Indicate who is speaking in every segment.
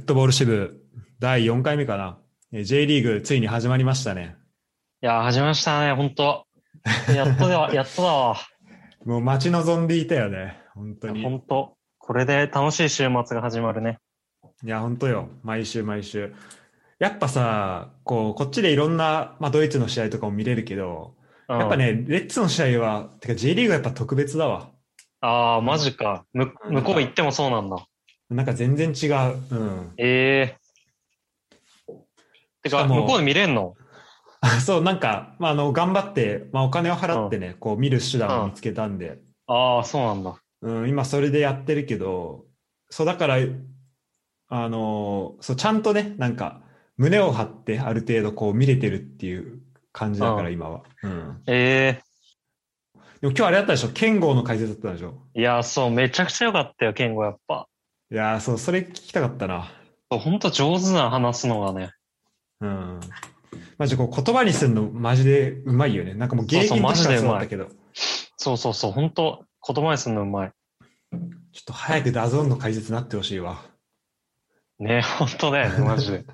Speaker 1: ットボール支部第4回目かな。えー J リーグついに始まりましたね。
Speaker 2: いやー、始めましたね、本 当やっとでは、やっとだわ。
Speaker 1: もう待ち望んでいたよね。本当に。
Speaker 2: 本当これで楽しい週末が始まるね。
Speaker 1: いや、本当よ。毎週毎週。やっぱさ、こう、こっちでいろんな、まあ、ドイツの試合とかも見れるけど、
Speaker 2: うん
Speaker 1: やっぱ。ね、レッツの試合は、てか J リーグはやっぱ特別だわ。
Speaker 2: ああ、マジか。む向こう行ってもそうなんだ。
Speaker 1: なんか全然違う。うん。
Speaker 2: ええて
Speaker 1: し
Speaker 2: か、
Speaker 1: かも
Speaker 2: 向こうで見れんの
Speaker 1: あそう、なんか、まあ、あの、頑張って、まあ、お金を払ってね、こう、見る手段を見つけたんで、
Speaker 2: ああ、そうなんだ。
Speaker 1: うん、今それでやってるけど、そう、だから、あの、そう、ちゃんとね、なんか、胸を張って、ある程度、こう、見れてるっていう感じだから、
Speaker 2: うん
Speaker 1: 今は。うん。
Speaker 2: え
Speaker 1: でも今日あれだったでしょ剣豪の解説だったでしょ
Speaker 2: えいやー、そう、めちゃくちゃ良かったよ、ケンゴ、やっぱ。
Speaker 1: いやー、そう、それ聞きたかったな。
Speaker 2: そう本当上手な話すのがね。
Speaker 1: うん。マジこう言葉にするのマジでうまいよね。なんかもう芸
Speaker 2: そ
Speaker 1: 人
Speaker 2: うそう
Speaker 1: と
Speaker 2: マジ
Speaker 1: しては
Speaker 2: でう
Speaker 1: そうだ
Speaker 2: ま
Speaker 1: っ
Speaker 2: い
Speaker 1: たけど、ちょ
Speaker 2: そうそうそう、本当言葉にするのうまい。
Speaker 1: っと早くダゾーンの解説になってほしいわ。
Speaker 2: ね、本当だよね、マ ジで。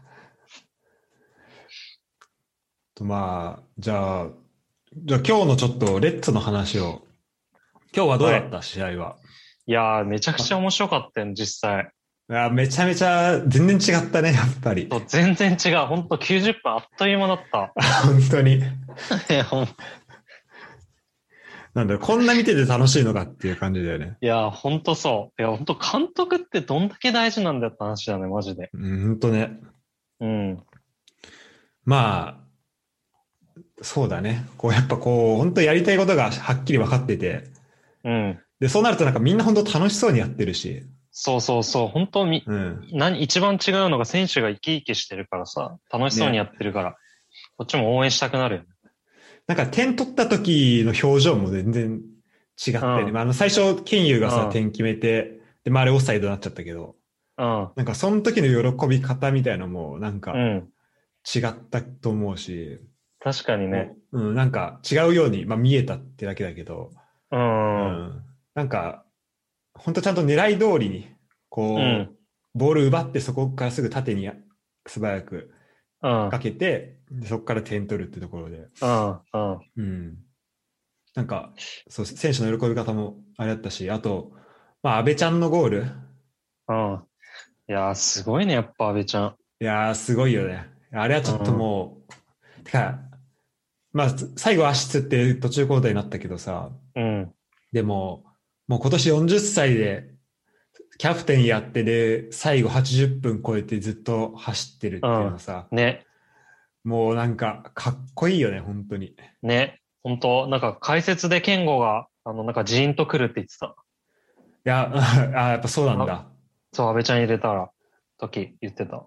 Speaker 1: とまあ、じゃあ、じゃあ今日のちょっとレッツの話を。今日はどうだった、試合は。
Speaker 2: いやー、めちゃくちゃ面白かったよ、実際。
Speaker 1: いやーめちゃめちゃ全然違ったね、やっぱり。
Speaker 2: そ
Speaker 1: 本
Speaker 2: う全然違う。ほんと90分あっという間だった。
Speaker 1: 当に。
Speaker 2: いや、ほん
Speaker 1: なんだろう、こんな見てて楽しいのかっていう感じだよね。
Speaker 2: いやほんとそう。いや、ほんと監督ってどんだけ大事なんだよって話だね、マジで。
Speaker 1: うん、本当ね。
Speaker 2: うん。
Speaker 1: まあ、そうだね。こう、やっぱこう、本当やりたいことがはっきり分かってて、
Speaker 2: うん。
Speaker 1: で、そうなるとなんかみんな本当楽しそうにやってるし、
Speaker 2: そうそうそう。本当み、
Speaker 1: うん。
Speaker 2: 何、一番違うのが選手が生き生きしてるからさ、楽しそうにやってるから、こっちも応援したくなるよね。
Speaker 1: なんか点取った時の表情も全然違ったよね。
Speaker 2: うん
Speaker 1: まあ、あの、最初、ケンユがさ
Speaker 2: う、ん
Speaker 1: 点決めて、で、まあ、あれオフサイドになっちゃったけど、
Speaker 2: うん。
Speaker 1: なんかその時の喜び方みたいのも、なんか
Speaker 2: うん。
Speaker 1: 違ったと思うし、
Speaker 2: 確かにね。
Speaker 1: うん、なんか違うように、まあ、見えたってだけだけど、
Speaker 2: う。
Speaker 1: うんなんか、本当ちゃんと狙い通りに、こう、
Speaker 2: うん。
Speaker 1: ボール奪ってそこからすぐ縦に素早く
Speaker 2: うん。うん
Speaker 1: か。けて、でそこから点取るってところで、
Speaker 2: うん。
Speaker 1: うん。なんか、そう、選手の喜び方もあれだったし、あと、まあ、安倍ちゃんのゴール。
Speaker 2: うん。いやー、すごいね、やっぱ、安倍ちゃん。
Speaker 1: いやー、すごいよね。あれはちょっともう、てか、まあ、つ最後足つって途中交代になったけどさ、
Speaker 2: うん。
Speaker 1: でも、もう今年40歳で、キャプテンやってで、最後80分超えてずっと走ってるっていうのさ、
Speaker 2: ね。
Speaker 1: もうなんか、かっこいいよね、本当に。
Speaker 2: ね、本当なんか解説で健吾が、あの、なんかジーンとくるって言ってた。
Speaker 1: いや、 あやっぱそうなんだ。
Speaker 2: そう、安倍ちゃん入れたら、時言ってた。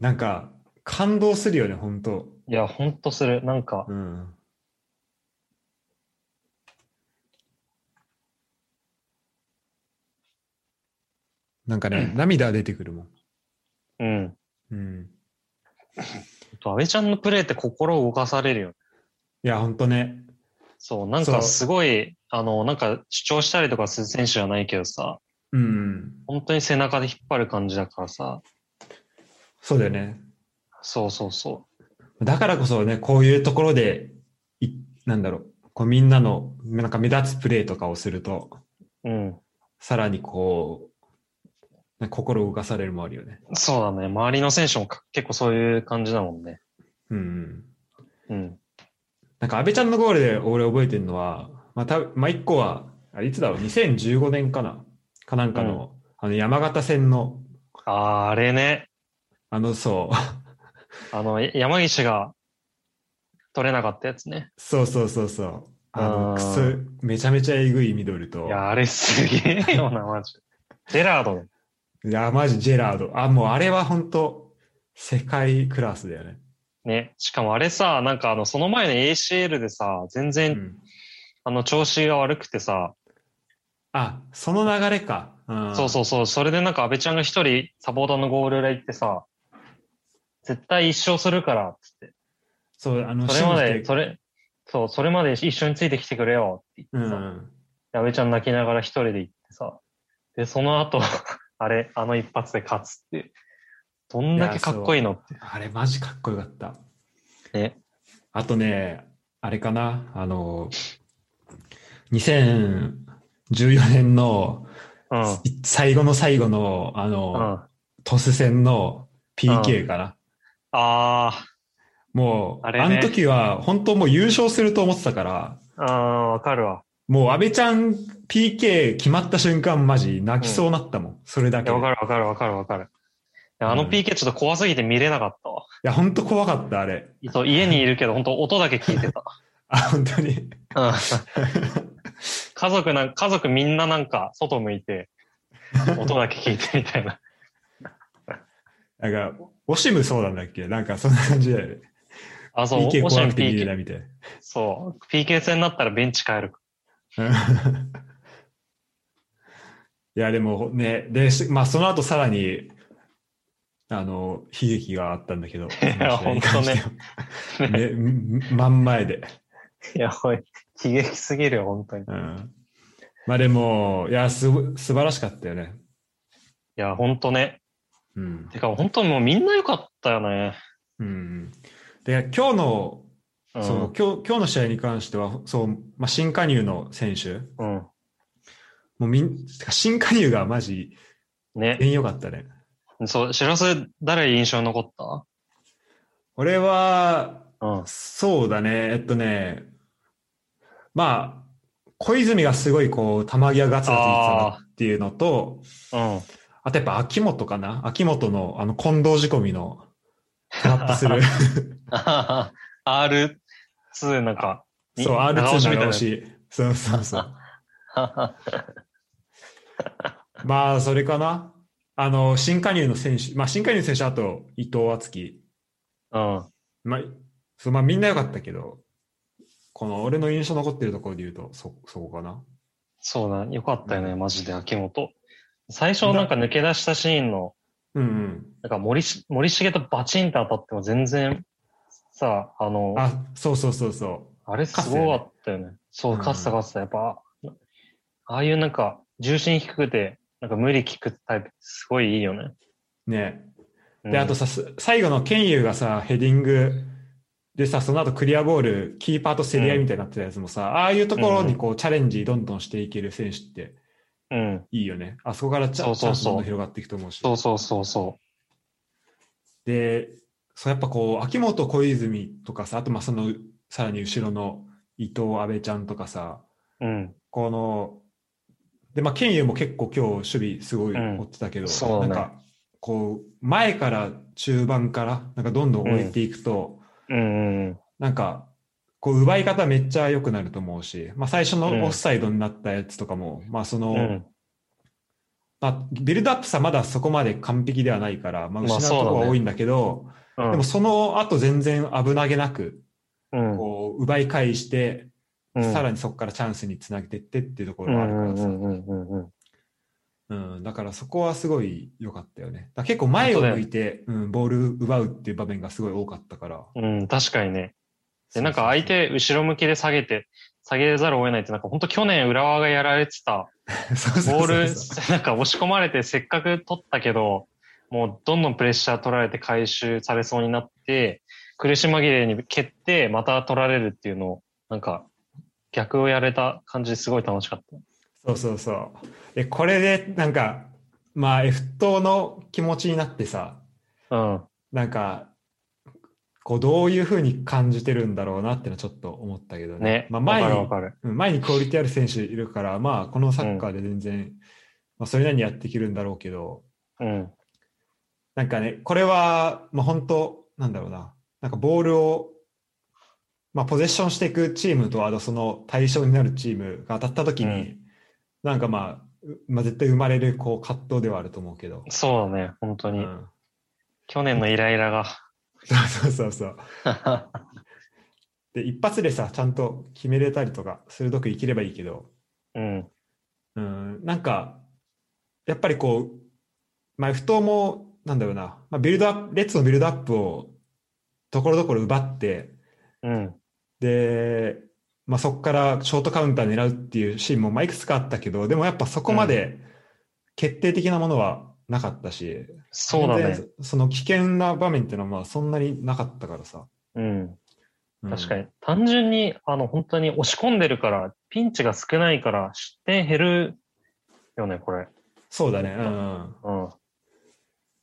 Speaker 1: なんか、感動するよね、本当
Speaker 2: いや、ほんとする。なんか、
Speaker 1: うん。なんかね、涙出てくるもん。
Speaker 2: うん。
Speaker 1: うん。
Speaker 2: ほんと安倍ちゃんのプレーって心を動かされるよね。
Speaker 1: いや、ほんとね。
Speaker 2: そう、なん
Speaker 1: そう
Speaker 2: かすごい、あの、なんか主張したりとかする選手じゃないけどさ、
Speaker 1: うん。
Speaker 2: 本当に背中で引っ張る感じだからさ、
Speaker 1: そうだよね。
Speaker 2: そうそうそ
Speaker 1: だからこそね、こういうところで、いなんだろう、こうみんなの、なんか目立つプレーとかをすると、
Speaker 2: う。うん。
Speaker 1: さらにこう、ね心を動かされるもあるよね。
Speaker 2: そうだね。周りの選手もか結構そういう感じだもんね。
Speaker 1: うん。
Speaker 2: うん。
Speaker 1: なんか安倍ちゃんのゴールで俺覚えてるのは、まあ、たまあ、一個は、あれいつだろう、2015年かなかなんかの、あの山形戦の、
Speaker 2: あーあれね。
Speaker 1: あの、そう、
Speaker 2: あの、や山岸が取れなかったやつね。
Speaker 1: そうそうそうそう、あの、
Speaker 2: あー
Speaker 1: くそ、めちゃめちゃえぐいミドルと、
Speaker 2: いや、あれすげえ よな、マジ。ジェラードの。
Speaker 1: いや、マジジェラード。あ、もうあれは本当世界クラスだよね。
Speaker 2: ね。しかもあれさ、なんかあの、その前の ACL でさ、全
Speaker 1: う
Speaker 2: 然、
Speaker 1: ん、
Speaker 2: あの、調子が悪くてさ、
Speaker 1: あ、その流れか。うん、
Speaker 2: そうそうそう、それでなんか安倍ちゃんが一人サポーターのゴール裏行ってさ、絶対一生するから、つって。
Speaker 1: そう、あの、
Speaker 2: それま
Speaker 1: 信
Speaker 2: で、
Speaker 1: じ
Speaker 2: そ
Speaker 1: て
Speaker 2: れ、そう、それまで一緒についてきてくれよ、って
Speaker 1: う
Speaker 2: 言ってさ、
Speaker 1: ん。
Speaker 2: で安倍ちゃん泣き ながら一人で行ってさ、で、その後、あれ、あの一発で勝つっていう。どんだけかっこいいのって。
Speaker 1: あれマジかっこよかった。
Speaker 2: ね。
Speaker 1: あとね、あれかな、あの、2014年の
Speaker 2: うん。うん。
Speaker 1: 最後の最後の、あの、
Speaker 2: あ
Speaker 1: トス戦の PK かな。
Speaker 2: あ
Speaker 1: もう、
Speaker 2: あ
Speaker 1: あ
Speaker 2: れね
Speaker 1: の時は本当もう優勝すると思ってたから、
Speaker 2: ー、あーわかるわ。
Speaker 1: もう安倍ちゃん PK 決まった瞬間マジ泣きそうになったもん。それだ
Speaker 2: い
Speaker 1: け
Speaker 2: や、
Speaker 1: で。
Speaker 2: わ
Speaker 1: い
Speaker 2: かるわかるわかるわかる。いやあの
Speaker 1: うん
Speaker 2: PK ちょっと怖すぎて見れなかったわ。
Speaker 1: や、本当怖かった、あれ。
Speaker 2: そう、家にいるけど、本当音だけ聞いてた。
Speaker 1: あ、本当に。
Speaker 2: うん。家族なん家族みんななんか外向いて、音だけ聞いてみたいな。
Speaker 1: なんか、オシムそうなんだっけなんかそんな感じだよね。
Speaker 2: あ、そう、
Speaker 1: PK
Speaker 2: オシェ
Speaker 1: 怖
Speaker 2: ン
Speaker 1: くて見れ
Speaker 2: PK。
Speaker 1: ないみたいな。
Speaker 2: そう、PK 戦になったらベンチ帰る。
Speaker 1: うん いや、でもね、で、しまあ、その後さらに、あの、悲劇があったんだけ ど、
Speaker 2: や
Speaker 1: その試合に関しては
Speaker 2: 当ね
Speaker 1: ね 真ん前で。
Speaker 2: いや、おい、悲劇すぎるよ、本当に。い
Speaker 1: うん。まあ、でも、いや、すご、素晴らしかったよね。
Speaker 2: や、本当ね。
Speaker 1: うん。
Speaker 2: てか、本当もうみんな良かったよね。
Speaker 1: うん。で、今日の、
Speaker 2: うん。
Speaker 1: そう、今日、今日の試合に関しては、そう、まあ、新加入の選手、
Speaker 2: うん。
Speaker 1: もうみん、てか新加入がマジ、
Speaker 2: ね。
Speaker 1: 全員良かったね。
Speaker 2: そう、知らせ、誰印象に残っ
Speaker 1: 俺は、
Speaker 2: たうん。
Speaker 1: そうだね、えっとね、まあ、小泉がすごいこう、球際ガツガツいってたなっていうのと、
Speaker 2: うん。
Speaker 1: あとやっぱ秋元かな秋元のあの近藤仕込みのトラップす る。
Speaker 2: あはは R2 なんか、に
Speaker 1: そう、R2
Speaker 2: 長押しみた
Speaker 1: の
Speaker 2: いな
Speaker 1: 直し。そうそう そう。
Speaker 2: はは
Speaker 1: まあ、それかな。あの、新加入の選手、まあ新加入の選手、あと伊藤敦樹。
Speaker 2: うん。
Speaker 1: まあ、そうまあみんな良かったけど、この俺の印象残ってるところで言うと、そ、そこかな。
Speaker 2: そうだ、よかったよね、
Speaker 1: うん
Speaker 2: マジで、秋元。最初なんか抜け出したシーンの、
Speaker 1: うんうん。
Speaker 2: なんか森し、森重とバチンと当たっても全然、さ、あの、あ
Speaker 1: あ、そうそうそうそう。
Speaker 2: れすごかったよね。そう、
Speaker 1: うん
Speaker 2: カッサカッサ、やっぱ、ああいうなんか、重心低くて、なんか無理効くタイプ、すごいいいよね。
Speaker 1: ね
Speaker 2: うん
Speaker 1: で、あとさ、す最後のケンユーがさ、ヘディングでさ、その後クリアボール、キーパーと競り合いみたいになってたやつもさ、ああいうところにこう、チャレンジどんどんしていける選手って
Speaker 2: うん。
Speaker 1: いいよね。あそこからチャ
Speaker 2: そうそうそう
Speaker 1: チャンスどんどん広がっていくと思うし。
Speaker 2: そうそうそうそ
Speaker 1: で、そうやっぱこう、秋元小泉とかさ、あとまあその、さらに後ろの伊藤阿部ちゃんとかさ、
Speaker 2: う。うん。
Speaker 1: この、で、まあ、ケンユーも結構今日守備すごい追ってたけど、
Speaker 2: うんそう
Speaker 1: な
Speaker 2: ね
Speaker 1: んか、こう、前から中盤から、なんかどんどん追っていくと、
Speaker 2: うんうんうん。
Speaker 1: なんか、こう、奪い方めっちゃ良くなると思うし、まあ、最初
Speaker 2: うん
Speaker 1: のオフサイドになったやつとかも、まあ、その、
Speaker 2: うん。
Speaker 1: まあ、ビルドアップさまだそこまで完璧ではないから、まあ、
Speaker 2: ま
Speaker 1: 失
Speaker 2: あ
Speaker 1: うところ
Speaker 2: そうだ
Speaker 1: は
Speaker 2: ね
Speaker 1: 多いんだけど、
Speaker 2: うん
Speaker 1: でもその後全然危なげなく、
Speaker 2: うん
Speaker 1: こう、奪い返して、
Speaker 2: うん
Speaker 1: さらにそこからチャンスにつなげてってっていうところがあるからさ、
Speaker 2: うんうんうんうんうん
Speaker 1: うん、だからそこはすごい良かったよね。だから結構前を向いて、うん、ボール奪うっていう場面がすごい多かったから。
Speaker 2: うん。うん、確かにね。で、なんか相手、後ろ向きで下げて、下げざるを得ないって、なんか本当去年浦和がやられてた、
Speaker 1: そうそうそうそう、
Speaker 2: ボール、なん か押し込まれて、せっかく取ったけど、もうどんどんプレッシャー取られて回収されそうになって、苦し紛れに蹴って、また取られるっていうのを、なんか、逆をやれた感じですごい楽しかった。
Speaker 1: そうそうそう。で、これで、なんか、まあ、F 党の気持ちになってさ、
Speaker 2: うん。
Speaker 1: なんか、こう、どういうふうに感じてるんだろうなってのはちょっと思ったけどね。
Speaker 2: ね。
Speaker 1: まあ、
Speaker 2: わ
Speaker 1: 前
Speaker 2: か
Speaker 1: に
Speaker 2: るわ、かる。
Speaker 1: うん前にクオリティある選手いるから、まあ、このサッカーで全然、まあ、それなりにやっていけるんだろうけど、
Speaker 2: うん。
Speaker 1: なんかね、これは、まあ、本当なんだろうな、なんかボールを、まあ、ポゼッションしていくチームと、あとその対象になるチームが当たった時に、
Speaker 2: うん
Speaker 1: なんかまあ、うまあ、絶対生まれるこう葛藤ではあると思うけど、
Speaker 2: そうだね、本当
Speaker 1: う
Speaker 2: に。
Speaker 1: ん、
Speaker 2: 去年のイライラ
Speaker 1: そうそうそうそう。
Speaker 2: が。
Speaker 1: で、一発でさ、ちゃんと決めれたりとか、鋭くいければいいけど、
Speaker 2: うん。
Speaker 1: うん、なんか、やっぱりこう、まあ、不当も、なんだろうな、まあ、ビルドアップ、レッツのビルドアップを、ところどころ奪って、
Speaker 2: うん。
Speaker 1: で、まあ、そこからショートカウンター狙うっていうシーンもまあいくつかあったけど、でもやっぱそこまで決定的なものはなかったし、
Speaker 2: そうだね
Speaker 1: 全。然その危険な場面っていうのはまあそんなになかったからさ。
Speaker 2: うん。
Speaker 1: うん
Speaker 2: 確かに。単純に、あの、本当に押し込んでるから、ピンチが少ないから、失点減るよね、これ。
Speaker 1: そうだね。うん。
Speaker 2: うん。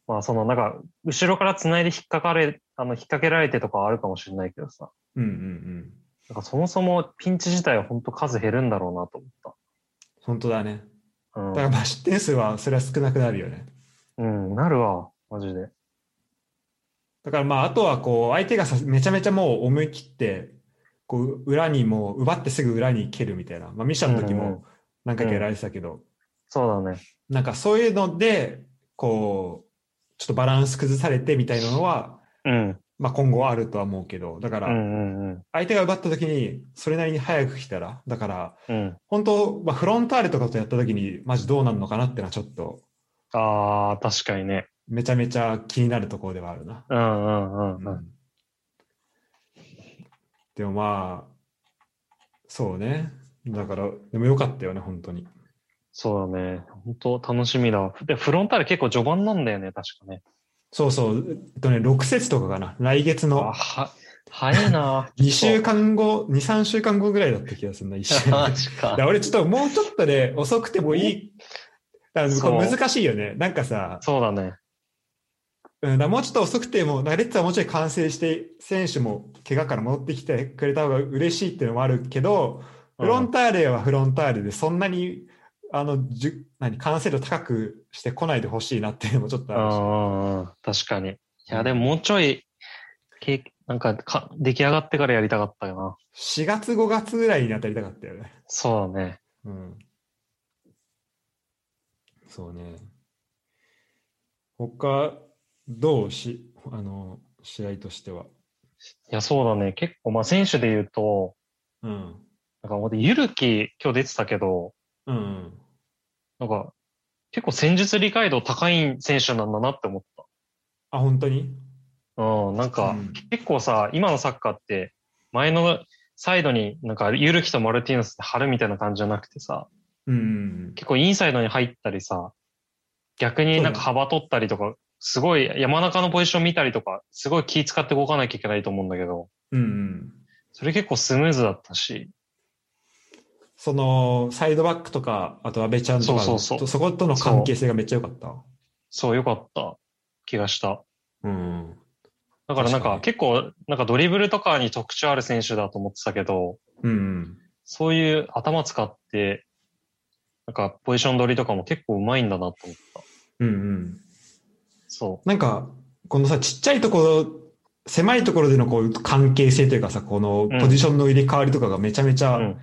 Speaker 2: まあ、その、なんか、後ろから繋いで引っかかれ、あの、引っ掛けられてとかはあるかもしれないけどさ。
Speaker 1: うんうんうん。
Speaker 2: なんか、そもそもピンチ自体は本当数減るんだろうなと
Speaker 1: 本当だね。
Speaker 2: 思
Speaker 1: だ
Speaker 2: っ
Speaker 1: から
Speaker 2: た。
Speaker 1: まあ失点数はそれは少なくなるよね。
Speaker 2: うん。うん、なるわ、マジで。
Speaker 1: だからまああとはこう相手がさめちゃめちゃもう思い切ってこう裏にもう奪ってすぐ裏に蹴るみたいな、まあ、ミシャの時
Speaker 2: うんうん
Speaker 1: も何回かやられてたけど、
Speaker 2: そうだね。
Speaker 1: なんかそういうのでこうちょっとバランス崩されてみたいなのは、
Speaker 2: うん。
Speaker 1: まあ、今後はあるとは思うけどだか
Speaker 2: う
Speaker 1: ら
Speaker 2: んうんうん。
Speaker 1: 相手が奪った時にそれなりに早く来たらだから
Speaker 2: うん。
Speaker 1: 本当、まあ、フロンターレとかとやった時にマジどうなるのかなってのはちょっと
Speaker 2: ああ、確かにね。
Speaker 1: めちゃめちゃ気になるところではあるな。
Speaker 2: うんうんうんうん。
Speaker 1: でもまあそうねだからでもよかったよね本当に
Speaker 2: そうだね。本当楽しみだわ。で、フロンターレ結構序盤なんだよね、確かね。
Speaker 1: そうそうえっとね6節とかかな来月
Speaker 2: あ、
Speaker 1: の
Speaker 2: は、早いな
Speaker 1: 2週間後23週間後ぐらいだった気がするな1週間
Speaker 2: マジ か
Speaker 1: だ。俺ちょっともうちょっとで、遅くてもいいだからこれ
Speaker 2: そう
Speaker 1: 難しいよねなんかさ、
Speaker 2: そうだね。
Speaker 1: うん、だからもうちょっと遅くてもなんかレッツはもうちょい完成して選手も怪我から戻ってきてくれた方が嬉しいっていうのもあるけど、フロンターレはフロンターレでそんなにあのじゅ何完成度高くしてこないでほしいなっていうのもちょっと
Speaker 2: うんう
Speaker 1: あ
Speaker 2: んうん、確かに。いや、でももうちょい、けなんかか、出来上がってからやりたかったよな。
Speaker 1: るし4月5月ぐらいに当たりたかったよね。
Speaker 2: そうだね。
Speaker 1: うん、そうね。他どうしあの試合としては。
Speaker 2: いや、そうだね。結構、まあ、選手で言うと、
Speaker 1: うん
Speaker 2: なんか、ほんとゆるき、今日出てたけど、
Speaker 1: うん、
Speaker 2: なんか、結構戦術理解度高い選手なんだなって思っ
Speaker 1: あ本当に
Speaker 2: た。うん、なんか、
Speaker 1: うん
Speaker 2: 結構さ、今のサッカーって、前のサイドになんか、ゆるきとマルティーノスって張るみたいな感じじゃなくてさ、
Speaker 1: うん
Speaker 2: 結構インサイドに入ったりさ、逆になんか幅取ったりとか、すごい山中のポジション見たりとか、すごい気使って動かなきゃいけないと思うんだけど、
Speaker 1: うんうん、
Speaker 2: それ結構スムーズだったし、
Speaker 1: そのサイドバックとかあと阿部ちゃんとか
Speaker 2: そうそうそう
Speaker 1: そことの関係性がめっちゃ良かった。
Speaker 2: そう良かった気がした。
Speaker 1: うん
Speaker 2: だからなん
Speaker 1: 確か
Speaker 2: か
Speaker 1: に
Speaker 2: 結構、なんかドリブルとかに特徴ある選手だと思ってたけど、
Speaker 1: うんうん
Speaker 2: そういう頭使って、なんかポジション取りとかも結構うまいんだなと思った。
Speaker 1: うんうん
Speaker 2: そ
Speaker 1: なんか、このさ、ちっちゃいところ、狭いところでのこう関係性というかさ、この
Speaker 2: うん
Speaker 1: ポジションの入れ替わりとかがめちゃめち
Speaker 2: う。う
Speaker 1: ゃ
Speaker 2: ん。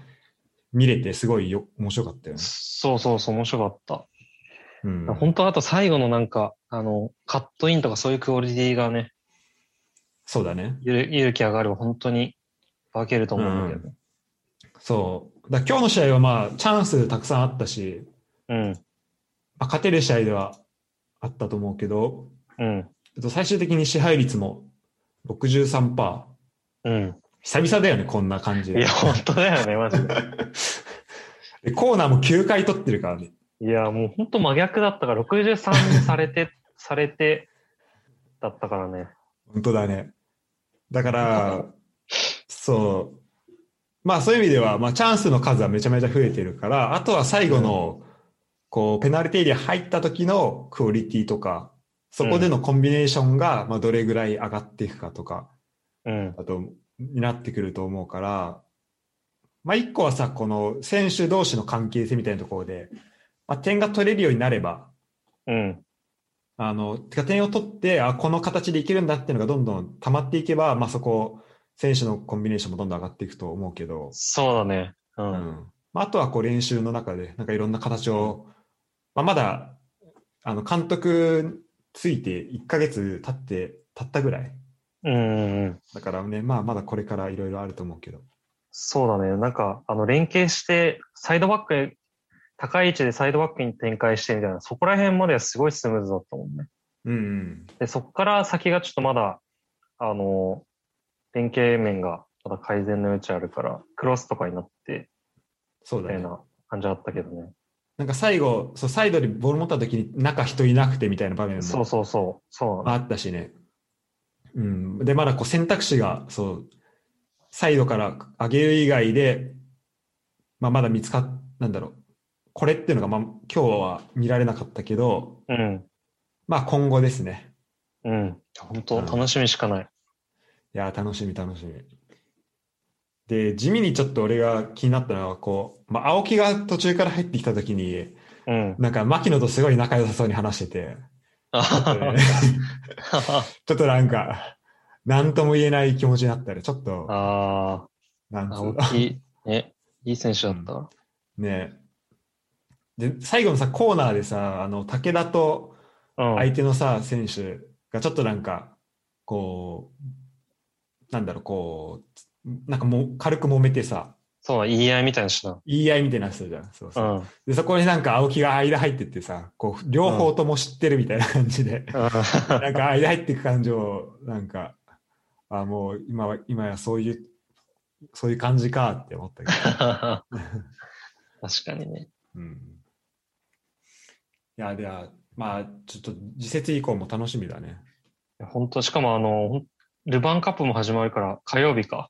Speaker 1: 見れて、すごいよ、面白かったよね。
Speaker 2: そうそうそう、面白かった。
Speaker 1: うん、
Speaker 2: 本当あと最後のなんか、あの、カットインとかそういうクオリティがね、
Speaker 1: そうだね。
Speaker 2: ゆる勇気上がれば本当に化けると思うんだけど。
Speaker 1: そう。だから今日の試合はまあ、チャンスたくさんあったし、
Speaker 2: うん、
Speaker 1: まあ、勝てる試合ではあったと思うけど、
Speaker 2: うん、
Speaker 1: えっと最終的に支配率も63%。
Speaker 2: うん。
Speaker 1: 久々だよね、こんな感じ
Speaker 2: い
Speaker 1: で
Speaker 2: や、。本当だよね、マジで。
Speaker 1: でコーナーも9回取ってるからね。
Speaker 2: いや、もう本当真逆だったから、63にされて、 されて、だったからね。
Speaker 1: 本当だね。だから、そう。まあそういう意味では、まあチャンスの数はめちゃめちゃ増えてるから、あとは最後の、こう、ペナルティエリア入った時のクオリティとか、そこでのコンビネーションが、まあどれぐらい上がっていくかとか、
Speaker 2: うん、
Speaker 1: あと、になってくると思うから、まあ一個はさ、この選手同士の関係性みたいなところで、まあ点が取れるようになれば、
Speaker 2: うん、
Speaker 1: あの、てか点を取って、あ、この形でいけるんだっていうのがどんどん溜まっていけば、まあそこ、選手のコンビネーションもどんどん上がっていくと思うけど、
Speaker 2: そうだね。う、
Speaker 1: うんん。まああとはこう練習の中で、なんかいろんな形を、まあまだ、あの、監督ついて1ヶ月経って、経ったぐらい。
Speaker 2: うん、うん。
Speaker 1: だからね、まあまだこれからいろいろあると思うけど。
Speaker 2: そうだね。なんか、あの、連携して、サイドバックへ、高い位置でサイドバックに展開してみたいな、そこら辺まではすごいスムーズだったもんね。
Speaker 1: うん、うん。
Speaker 2: で、そこから先がちょっとまだ、あの、連携面がまだ改善の余地あるから、クロスとかになって、
Speaker 1: そう
Speaker 2: み
Speaker 1: だ
Speaker 2: たい
Speaker 1: ね。
Speaker 2: な感じだったけどね。
Speaker 1: なんか最後、そうサイドにボール持った時に中人いなくてみたいな場面
Speaker 2: そう
Speaker 1: も
Speaker 2: そうそう。そうな
Speaker 1: あったしね。うん、で、まだこう選択肢が、そう、サイドから上げる以外で、まあ、まだ見つかっ、なんだろう、これっていうのが、まあ、今日は見られなかったけど、
Speaker 2: の。
Speaker 1: まあ今後ですね。
Speaker 2: うん。うん。本
Speaker 1: う
Speaker 2: 当
Speaker 1: ん
Speaker 2: 楽しみしかない。
Speaker 1: いやー、楽しみ、楽しみ。で、地味にちょっと俺が気になったのは、こう、まあ、青木が途中から入ってきたときに、
Speaker 2: うん。
Speaker 1: なんか、牧野とすごい仲良さそうに話してて、ちょっとねちょっとなんか、なんとも言えない気持ちになったり、ちょっと、
Speaker 2: あ
Speaker 1: なん
Speaker 2: あ、
Speaker 1: つう
Speaker 2: 青
Speaker 1: の
Speaker 2: 木、ね、いい選手だった。
Speaker 1: ねで、最後のさ、コーナーでさ、あの、武田と
Speaker 2: うん。
Speaker 1: 相手のさ、選手がちょっとなんか、こう、なんだろう、こう、なんかもう軽く揉めてさ、
Speaker 2: そうだ、言い合いみたいなしな。
Speaker 1: 言い合いみたいにな人じゃん。そう
Speaker 2: う
Speaker 1: そう。
Speaker 2: ん。うん
Speaker 1: で、そこになんか青木が間入ってってさ、こう、両方とも知ってるみたいな感じで、 なんか間入っていく感情を、なんか、あ、もう今は、今やそういう、そういう感じかって思ったけど。
Speaker 2: 確かにね。
Speaker 1: うん。いや、では、まあ、ちょっと、次節以降も楽しみだね。
Speaker 2: 本当しかもあの、ほんルヴァンカップも始まるから、火曜日か。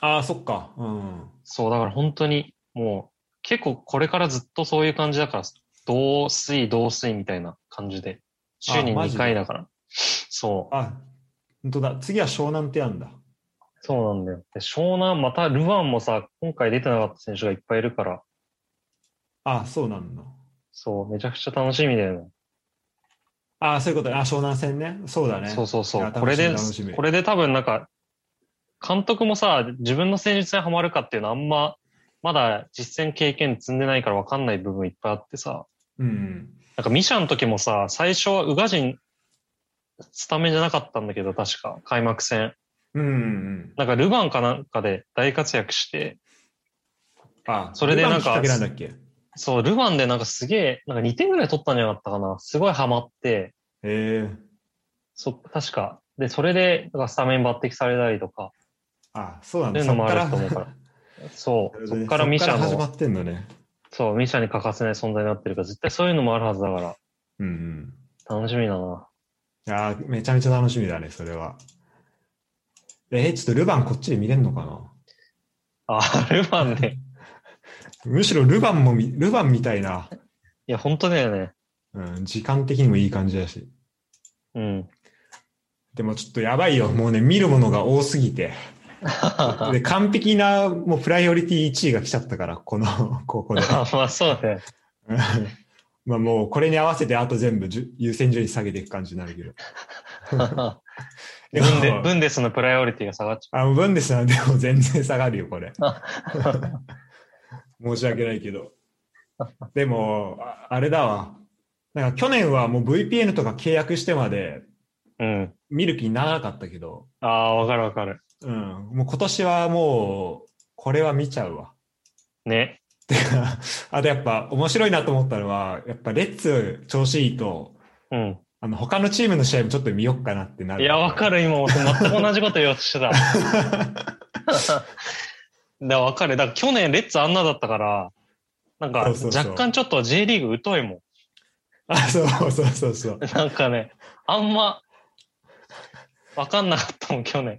Speaker 1: ああ、そっか。うん。
Speaker 2: そう、だから本当に、もう、結構これからずっとそういう感じだから、同水、同水みたいな感じで、週に
Speaker 1: あマジで
Speaker 2: 2回だから。そう、
Speaker 1: あ、本当だ。次は湘南ってやんだ。
Speaker 2: そうなんだよ。で湘南、またルヴァンもさ、今回出てなかった選手がいっぱいいるから、
Speaker 1: あそうなんだ。
Speaker 2: そう、めちゃくちゃ楽しみだよね。
Speaker 1: あそういうこと。あ湘南戦ね。そうだね。
Speaker 2: そうそう
Speaker 1: い
Speaker 2: そ
Speaker 1: や
Speaker 2: う。
Speaker 1: 楽しみ
Speaker 2: これで
Speaker 1: 楽しみ、
Speaker 2: これで多分なんか、監督もさ、自分の戦術にハマるかっていうのはあんま、まだ実践経験積んでないから分かんない部分いっぱいあってさ、
Speaker 1: うん。
Speaker 2: なんかミシャの時もさ、最初は宇賀神、スタメンじゃなかったんだけど、確か、開幕戦。
Speaker 1: うん。うんうん。
Speaker 2: なんかルヴァンかなんかで大活躍して、
Speaker 1: あ
Speaker 2: それでなん
Speaker 1: ルヴァ
Speaker 2: か
Speaker 1: ンきっかけなんだっけへ
Speaker 2: そう、ルヴァンでなんかすげえ、なんか2点ぐらい取ったんじゃなかったかな。すごいハマって、
Speaker 1: え
Speaker 2: そ、確か。で、それで、なんかスタメン抜擢されたりとか、
Speaker 1: あそうなん
Speaker 2: って
Speaker 1: だ。
Speaker 2: いう
Speaker 1: そ
Speaker 2: の
Speaker 1: っ
Speaker 2: も
Speaker 1: か
Speaker 2: あ
Speaker 1: ら
Speaker 2: ると思うから。そう。そっからミシ
Speaker 1: そ
Speaker 2: ャ
Speaker 1: っ始ま
Speaker 2: の、
Speaker 1: ってんのね。
Speaker 2: そう、ミシャに欠かせない存在になってるから、絶対そういうのもあるはずだから、
Speaker 1: うんうん。
Speaker 2: 楽しみだな。
Speaker 1: いやーめちゃめちゃ楽しみだね、それは。えーちょっとルヴァンこっちで見れるのかな
Speaker 2: あ、ルヴァンね。
Speaker 1: むしろルヴァンもみ、ルヴァンみたいな、
Speaker 2: いや、本当だよね。
Speaker 1: うん、時間的にもいい感じだし。
Speaker 2: うん。
Speaker 1: でもちょっとやばいよ。もうね、見るものが多すぎて。で、完璧な、もうプライオリティ1位が来ちゃったから、この、 ここで。
Speaker 2: まあ、そうだね。
Speaker 1: うんまあもう、これに合わせて、あと全部じゅ優先順位下げていく感じになるけど。
Speaker 2: ブンデブンデスのプライオリティが下がっち
Speaker 1: あ、ブンデスなんでも全然下がるよ、これ
Speaker 2: あ。
Speaker 1: 申し訳ないけど。でも、ああれだわ。なんか去年はもう VPN とか契約してまで
Speaker 2: ゃう。うん。
Speaker 1: 見る気にならなかったけど、
Speaker 2: ああ、わかるわかる。
Speaker 1: うん、もう今年はもう、これは見ちゃうわ。
Speaker 2: ね。
Speaker 1: てか、あとやっぱ面白いなと思ったのは、やっぱレッツ調子いいと、
Speaker 2: うん。
Speaker 1: あの他のチームの試合もちょっと見よっかなってなる。
Speaker 2: いや、わかる。今、俺全く同じこと言おうとしてた。だからわかる。だから去年、レッツあんなだったから、なんか、
Speaker 1: そうそうそう
Speaker 2: 若干ちょっと J リーグ疎いもん。
Speaker 1: あ、そうそうそうそう。
Speaker 2: なん かね、あんま、わかんなかったもん、去年。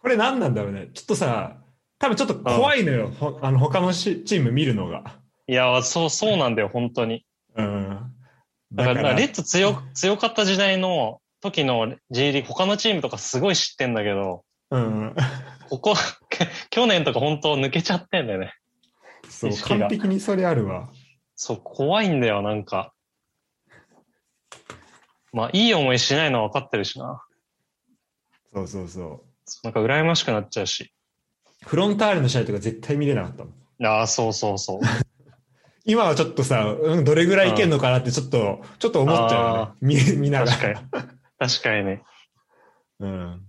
Speaker 1: これ何なんだろうね。ちょっとさ、多分ちょっと怖いのよ。ほあの他のしチーム見るのが。
Speaker 2: いや、そう、そうなんだよ、本当に。
Speaker 1: うん。
Speaker 2: だ
Speaker 1: だ
Speaker 2: か、
Speaker 1: からら、
Speaker 2: レッツ強、強かった時代の時の J リーグ、他のチームとかすごい知ってんだけど、
Speaker 1: うん。
Speaker 2: ここ、 去年とか本当抜けちゃってんだよね。
Speaker 1: そう
Speaker 2: 意、識が
Speaker 1: 完璧にそれあるわ。
Speaker 2: そう、怖いんだよ、なんか。まあ、いい思いしないのは分かってるしな。
Speaker 1: そうそうそ
Speaker 2: なんか羨ましくなっちゃうし。
Speaker 1: う。フロンターレの試合とか絶対見れなかったもん。
Speaker 2: ああ、そうそ うそう。
Speaker 1: 今はちょっとさ、うん、どれぐらいいけんのかなってちょっと、ちょっと思っちゃうよね。見 見なが。
Speaker 2: 確からに。確かにね。
Speaker 1: うん。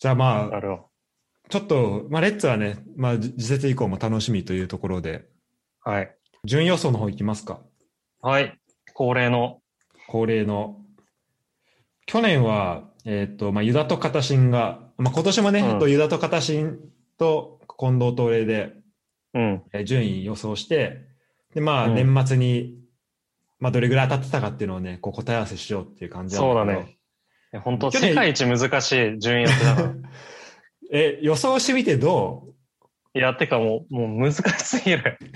Speaker 1: じゃあま
Speaker 2: あ
Speaker 1: あ、
Speaker 2: れは。
Speaker 1: ちょっと、まあ、レッツはね、まあ、じ次節以降も楽しみというところで、
Speaker 2: はい。
Speaker 1: 順位予想の方いきますか。
Speaker 2: はい。恒例の。
Speaker 1: 恒例の。去年は、えっ、と、まあ、ユダと片新が、まあ、今年もね、
Speaker 2: うん
Speaker 1: えっとユダと片新と近藤と俺で、
Speaker 2: うん。
Speaker 1: えー順位予想して、で、まあ、
Speaker 2: うん
Speaker 1: 年末に、まあ、どれぐらい当たってたかっていうのをね、こう答え合わせしようっていう感じなん
Speaker 2: そうだ
Speaker 1: けど
Speaker 2: ね。いや本当
Speaker 1: 去年
Speaker 2: 世界一難しい順位やってたから。
Speaker 1: え、予想してみてど
Speaker 2: いや、てかもう、もう難しすぎ る。い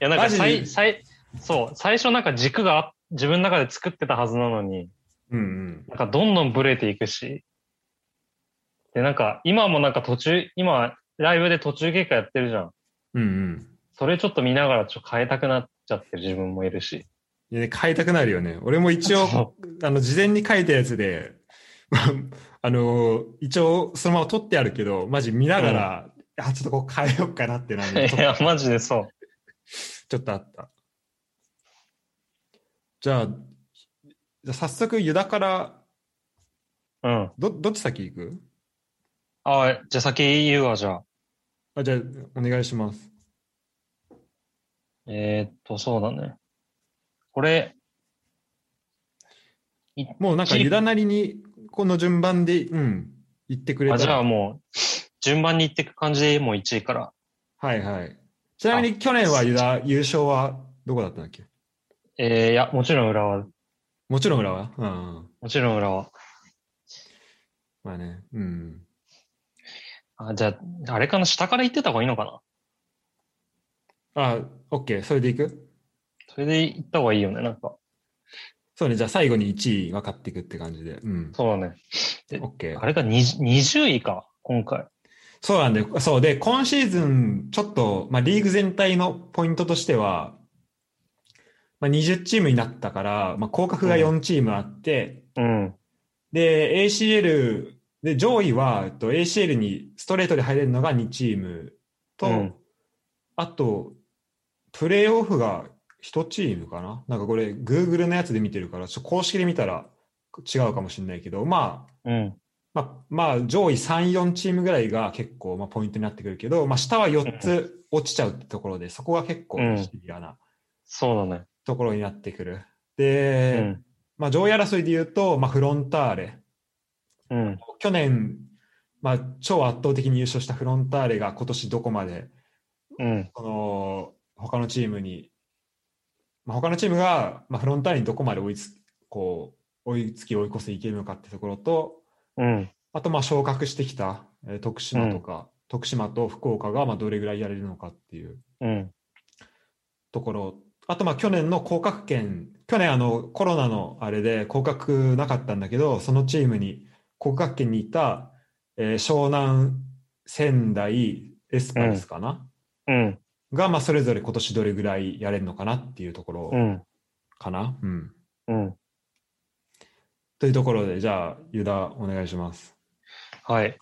Speaker 2: や、なん
Speaker 1: マ
Speaker 2: か
Speaker 1: ジ
Speaker 2: 最、最、そう、最初なんか軸があ自分の中で作ってたはずなのに、
Speaker 1: ううん
Speaker 2: なんかどんどんブレていくし。で、なんか今もなんか途中、今、ライブで途中経過やってるじゃん。
Speaker 1: うん。うんうん。
Speaker 2: それちょっと見ながらちょっと変えたくなっちゃってる自分もいる し。
Speaker 1: いやね、変えたくなるよね。俺も一応、
Speaker 2: そ
Speaker 1: あの、事前に書いたやつで、まああの、一応、そのまま取ってあるけど、マジ見ながら、あ、ちょっとこう変えようかなってな
Speaker 2: う
Speaker 1: る
Speaker 2: い
Speaker 1: ちょ
Speaker 2: や、マジでそう。
Speaker 1: ちょっとあった。じゃあ、じゃあ早速、ユダから、
Speaker 2: うん。
Speaker 1: ど、どっち先行く
Speaker 2: あじゃあ先言うわ、じゃあ。
Speaker 1: あ、じゃあ、お願いします。
Speaker 2: えー、っと、そうだね。これ、
Speaker 1: もうなんか、
Speaker 2: チー
Speaker 1: ユダなりに、この順番で、うん、言ってくれた
Speaker 2: あ
Speaker 1: ら
Speaker 2: じゃあもう、順番に行っていく感じでもう1位から。
Speaker 1: はいはい。ちなみに、去年はユダ、優勝はどこだったんだっけ
Speaker 2: えー、いや、もちろん浦和。
Speaker 1: もちろん浦和うんうん。
Speaker 2: もちろん浦和。
Speaker 1: まあね、うん。
Speaker 2: あじゃあ、あれかな、下から行ってた方がいいのかな。
Speaker 1: あ、オッケー、それでいく
Speaker 2: それで行った方がいいよね、なんか。
Speaker 1: そうね、じゃあ最後に1位分かっていくって感じで。うん。
Speaker 2: そうだね。う
Speaker 1: オッケ
Speaker 2: あ
Speaker 1: ー。
Speaker 2: れか、に20位か、今回。
Speaker 1: そうなんで、そうで、今シーズン、ちょっと、まあリーグ全体のポイントとしては、まあ20チームになったから、まあ降格が4チームあって、
Speaker 2: うん。
Speaker 1: で、ACL、で、上位は、えっと、ACL にストレートで入れるのが2チームと、
Speaker 2: うん
Speaker 1: あと、プレーオフが1チームかななんかこれ、Google のやつで見てるから、ちょっと公式で見たら違うかもしれないけど、まあ、
Speaker 2: うん。
Speaker 1: まあ、まあ、上位3、4チームぐらいが結構、まあ、ポイントになってくるけど、まあ、下は4つ落ちちゃうってところで、そこが結構
Speaker 2: うん
Speaker 1: シビアな
Speaker 2: そうだね。
Speaker 1: ところになってくる。で、まあ、上位争いで言うと、まあ、フロンターレ。
Speaker 2: うん。うん。
Speaker 1: 去年、まあ、超圧倒的に優勝したフロンターレが今年どこまで
Speaker 2: うん。
Speaker 1: この他のチームに、まあ、他のチームが、まあ、フロンターレにどこまで追いつこう追いつき追い越せいけるのかってところと
Speaker 2: うん。
Speaker 1: あとまあ昇格してきた、えー徳島とか、徳島と福岡がまあどれぐらいやれるのかっていう
Speaker 2: うん。
Speaker 1: ところあとまあ去年の降格圏去年あのコロナのあれで降格なかったんだけどそのチームに降格圏にいた、えー湘南仙台エスパルスかな、
Speaker 2: うん。
Speaker 1: が、まあ、それぞれ今年どれぐらいやれるのかなっていうところ
Speaker 2: うん。
Speaker 1: かな。うん
Speaker 2: うん。
Speaker 1: というところで、じゃあ、ユダ、お願いします。
Speaker 2: はい。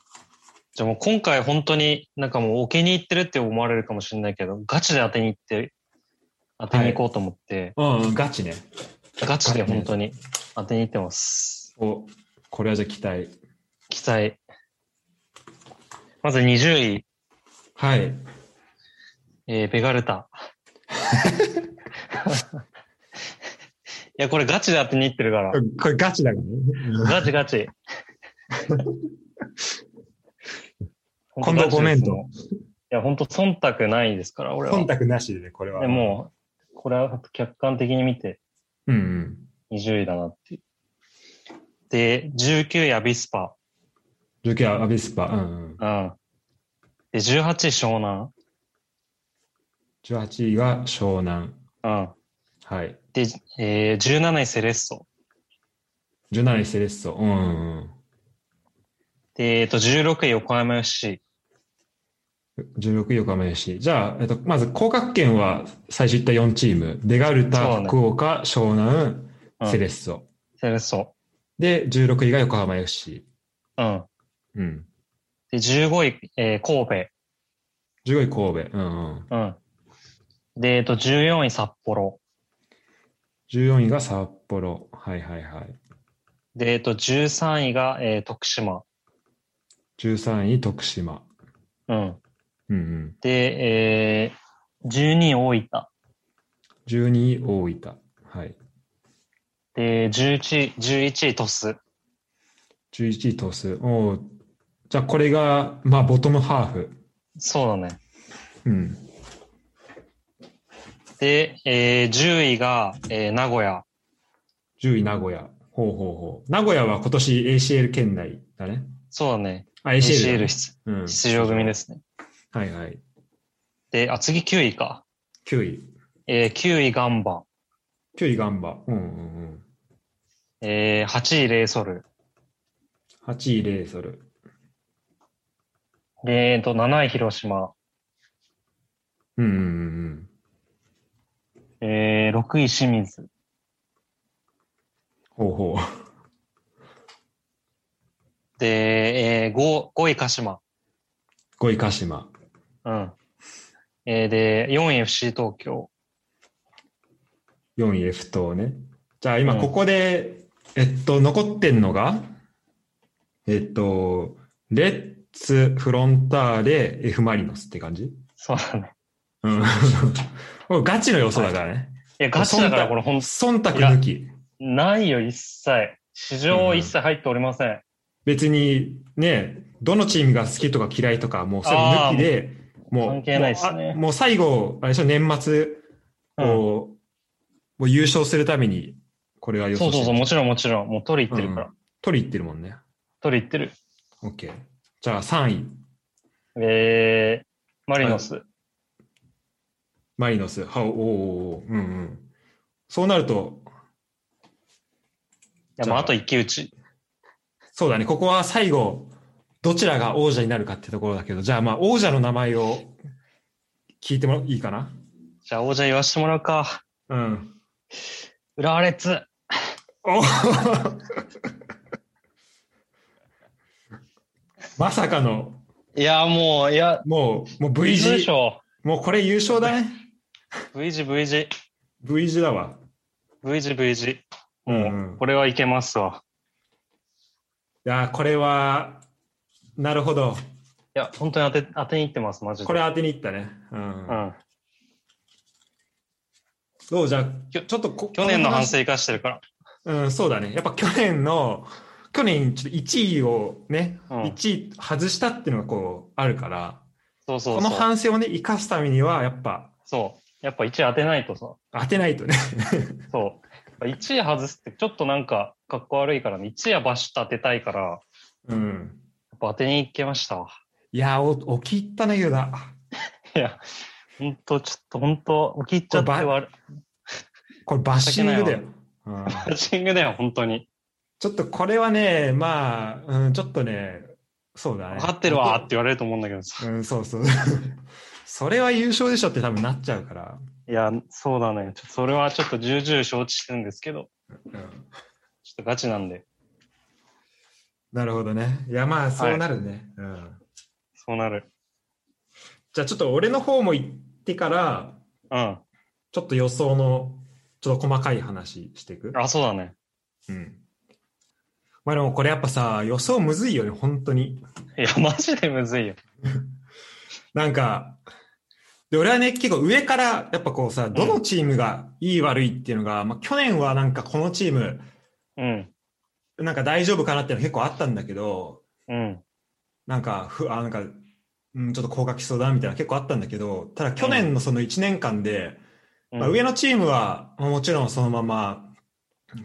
Speaker 2: じゃあもう今回本当になんかもう置きに行ってるって思われるかもしれないけど、ガチで当てに行って、当てに行こうと思って、
Speaker 1: うん、うん、ガチね。
Speaker 2: ガチで本当に当てに行ってます。
Speaker 1: お、これはじゃあ期待。
Speaker 2: 期待。まず20位、
Speaker 1: はい。
Speaker 2: えーベガル タ。いや、これガチで当てに行ってるから。
Speaker 1: これガチだ からね。
Speaker 2: ガチガチ。
Speaker 1: 近藤ごめんと
Speaker 2: 本当ガチですもういや、本当忖度ないですから、俺は。
Speaker 1: 忖度なしでね、これは。
Speaker 2: でもう、これは客観的に見て
Speaker 1: う。うん、
Speaker 2: 20位だなっていう。で、19位アビスパ。
Speaker 1: うん。時はアビスパ。うん、うん。
Speaker 2: うん。で、18位湘南。
Speaker 1: 18位が湘南。
Speaker 2: うん。
Speaker 1: はい。
Speaker 2: で、えー、17位セレッソ。
Speaker 1: 17位セレッソ。うん、うん
Speaker 2: で、えっと、16位横浜 FC。
Speaker 1: うん。16位横浜 FC。じゃあ、えっと、まず、降格圏は最初言った4チーム。ベガル
Speaker 2: そう
Speaker 1: タ、
Speaker 2: ね
Speaker 1: 福岡、湘南、
Speaker 2: うん
Speaker 1: セレッソ。
Speaker 2: セレッソ。
Speaker 1: で、16位が横浜 FC。
Speaker 2: うん。
Speaker 1: うん。
Speaker 2: で、15位、えー、神
Speaker 1: 15位神戸。うんうん。
Speaker 2: 戸。うん。で、えっと、14位札幌。
Speaker 1: 14位が札幌。はいはいはい。
Speaker 2: で、えっと、13位が、えー、徳島。
Speaker 1: 13位徳島。
Speaker 2: うん。
Speaker 1: うんうん。
Speaker 2: で、えー、12位大分。
Speaker 1: 12位大分。はい。
Speaker 2: で、11位、11位鳥栖。
Speaker 1: 11位鳥栖。おーじゃあこれが、まあボトムハーフ。
Speaker 2: そうだね。
Speaker 1: うん。
Speaker 2: で、えー10位が、えー名古屋。
Speaker 1: 10位名古屋。ほうほうほう。名古屋は今年 ACL 圏内だね。
Speaker 2: そうだね。
Speaker 1: あ、ACL
Speaker 2: ACL
Speaker 1: だ、
Speaker 2: 出
Speaker 1: ね。うん
Speaker 2: 出場組ですね。
Speaker 1: はいはい。
Speaker 2: で、あ、次9位か。
Speaker 1: 9位。
Speaker 2: えー9位ガンバ。
Speaker 1: 9位ガンバ。うんうん
Speaker 2: えー8位レイソル。
Speaker 1: うん。8位レイソル。
Speaker 2: で、えーと、7位広島。
Speaker 1: うんうんうん
Speaker 2: えー6位清水。
Speaker 1: うん。ほう ほ
Speaker 2: で、えー 5, 5位鹿島。
Speaker 1: う。5位鹿島。
Speaker 2: うん。えーで、4位 FC 東京。
Speaker 1: 4位 F 等ね。じゃあ今
Speaker 2: うん
Speaker 1: ここで、えっと、残ってんのが、えっと、レッツ、フロンターレ、F マリノスって感じ
Speaker 2: そうだね。
Speaker 1: うん。 これガチの要素だからね。
Speaker 2: いや、ガチだから
Speaker 1: 忖度
Speaker 2: これほんと、
Speaker 1: 忖度抜き。
Speaker 2: ないよ、一切。市場一切入っておりません。
Speaker 1: 別にね、どのチームが好きとか嫌いとか、もうそれ抜きで、もう、
Speaker 2: 関係ないっすね
Speaker 1: もうあもう最後、あれでしょ、年末、
Speaker 2: うん
Speaker 1: こう、もう優勝するために、これは予
Speaker 2: そ
Speaker 1: 想
Speaker 2: うそうそう、もちろんもちろん。もう取り行
Speaker 1: ろ
Speaker 2: ってるから。
Speaker 1: 取り行ってるもんね。
Speaker 2: 取り行ってる。
Speaker 1: OK。じゃあ3位、
Speaker 2: えー、マリノス。
Speaker 1: マリノス。はおーおーおーうんうん。そうなると、
Speaker 2: いや、まあ、あと一騎打ち。
Speaker 1: そうだね、ここは最後、どちらが王者になるかってところだけど、じゃあまあ王者の名前を聞いてもいいかな
Speaker 2: じゃあ、王者言わしてもらうか。
Speaker 1: うん。
Speaker 2: 浦和レッズ。
Speaker 1: お まさかの、
Speaker 2: いや、もう、いや、
Speaker 1: もう、もう V
Speaker 2: いつで
Speaker 1: 字
Speaker 2: し。ょ
Speaker 1: もうこれ優勝だね。
Speaker 2: う。V 字、V 字。
Speaker 1: V 字だわ。
Speaker 2: V 字、V 字。
Speaker 1: うんうん
Speaker 2: もう、これはいけますわ。
Speaker 1: いやー、これは、なるほど。
Speaker 2: いや、本当に当て、当てにいってます、マジで。
Speaker 1: これ当てにいったね。うん。
Speaker 2: うん。
Speaker 1: どうじゃあ
Speaker 2: きょ
Speaker 1: ちょっとこ
Speaker 2: 去年の反省生かしてるから。
Speaker 1: うん、そうだね。やっぱ去年の、去年ちょっと1位をね、
Speaker 2: うん
Speaker 1: 1位外したっていうのがこう、あるから、
Speaker 2: そうそう
Speaker 1: この
Speaker 2: そう。
Speaker 1: 反省をね、生かすためには、やっぱ、
Speaker 2: そう。やっぱ1位当てないとさ。
Speaker 1: 当てないとね。
Speaker 2: そう。1位外すってちょっとなんか、かっこ悪いからね。1位はバシッと当てたいから、やっ
Speaker 1: うん。
Speaker 2: ぱ当てにいけましたわ。
Speaker 1: いやー、お、おき入ったな、ユダ。
Speaker 2: いや、ほんと、ちょっと、ほんと、起き入っちゃって
Speaker 1: これば
Speaker 2: 悪い。
Speaker 1: これバッシングだよ。うん
Speaker 2: パチングだよ、本当に。
Speaker 1: ちょっとこれはね、まあ、うん、ちょっとね、そうだね。
Speaker 2: 分かってるわーって言われると思うんだけどさ。
Speaker 1: うん、そう そう。それは優勝でしょって多分なっちゃうから。
Speaker 2: いや、そうだね。ちょっとそれはちょっと重々承知してるんですけど、
Speaker 1: うん
Speaker 2: ちょっとガチなんで、
Speaker 1: なるほどね。いや、まあ、そうなるね。うん。
Speaker 2: そうなる。
Speaker 1: じゃあちょっと俺の方も行ってから、
Speaker 2: うん。
Speaker 1: ちょっと予想の、ちょっと細かい話していく。
Speaker 2: あ、そうだね。
Speaker 1: うん。まあでもこれやっぱさ、予想むずいよね、本当に。
Speaker 2: いや、マジでむずいよ。
Speaker 1: なんか、で、俺はね、結構上から、やっぱこうさ、どのチームがいい悪いっていうのが、まあ去年はなんかこのチーム、
Speaker 2: うん。
Speaker 1: なんか大丈夫かなっていうの結構あったんだけど、
Speaker 2: うん。
Speaker 1: なんか、ふ、あ、なんか、うん、ちょっと高架基礎だみたいな結構あったんだけど、ただ去年のその1年間で、まあ、上
Speaker 2: の。
Speaker 1: のチームは、まあもちろんそのまま、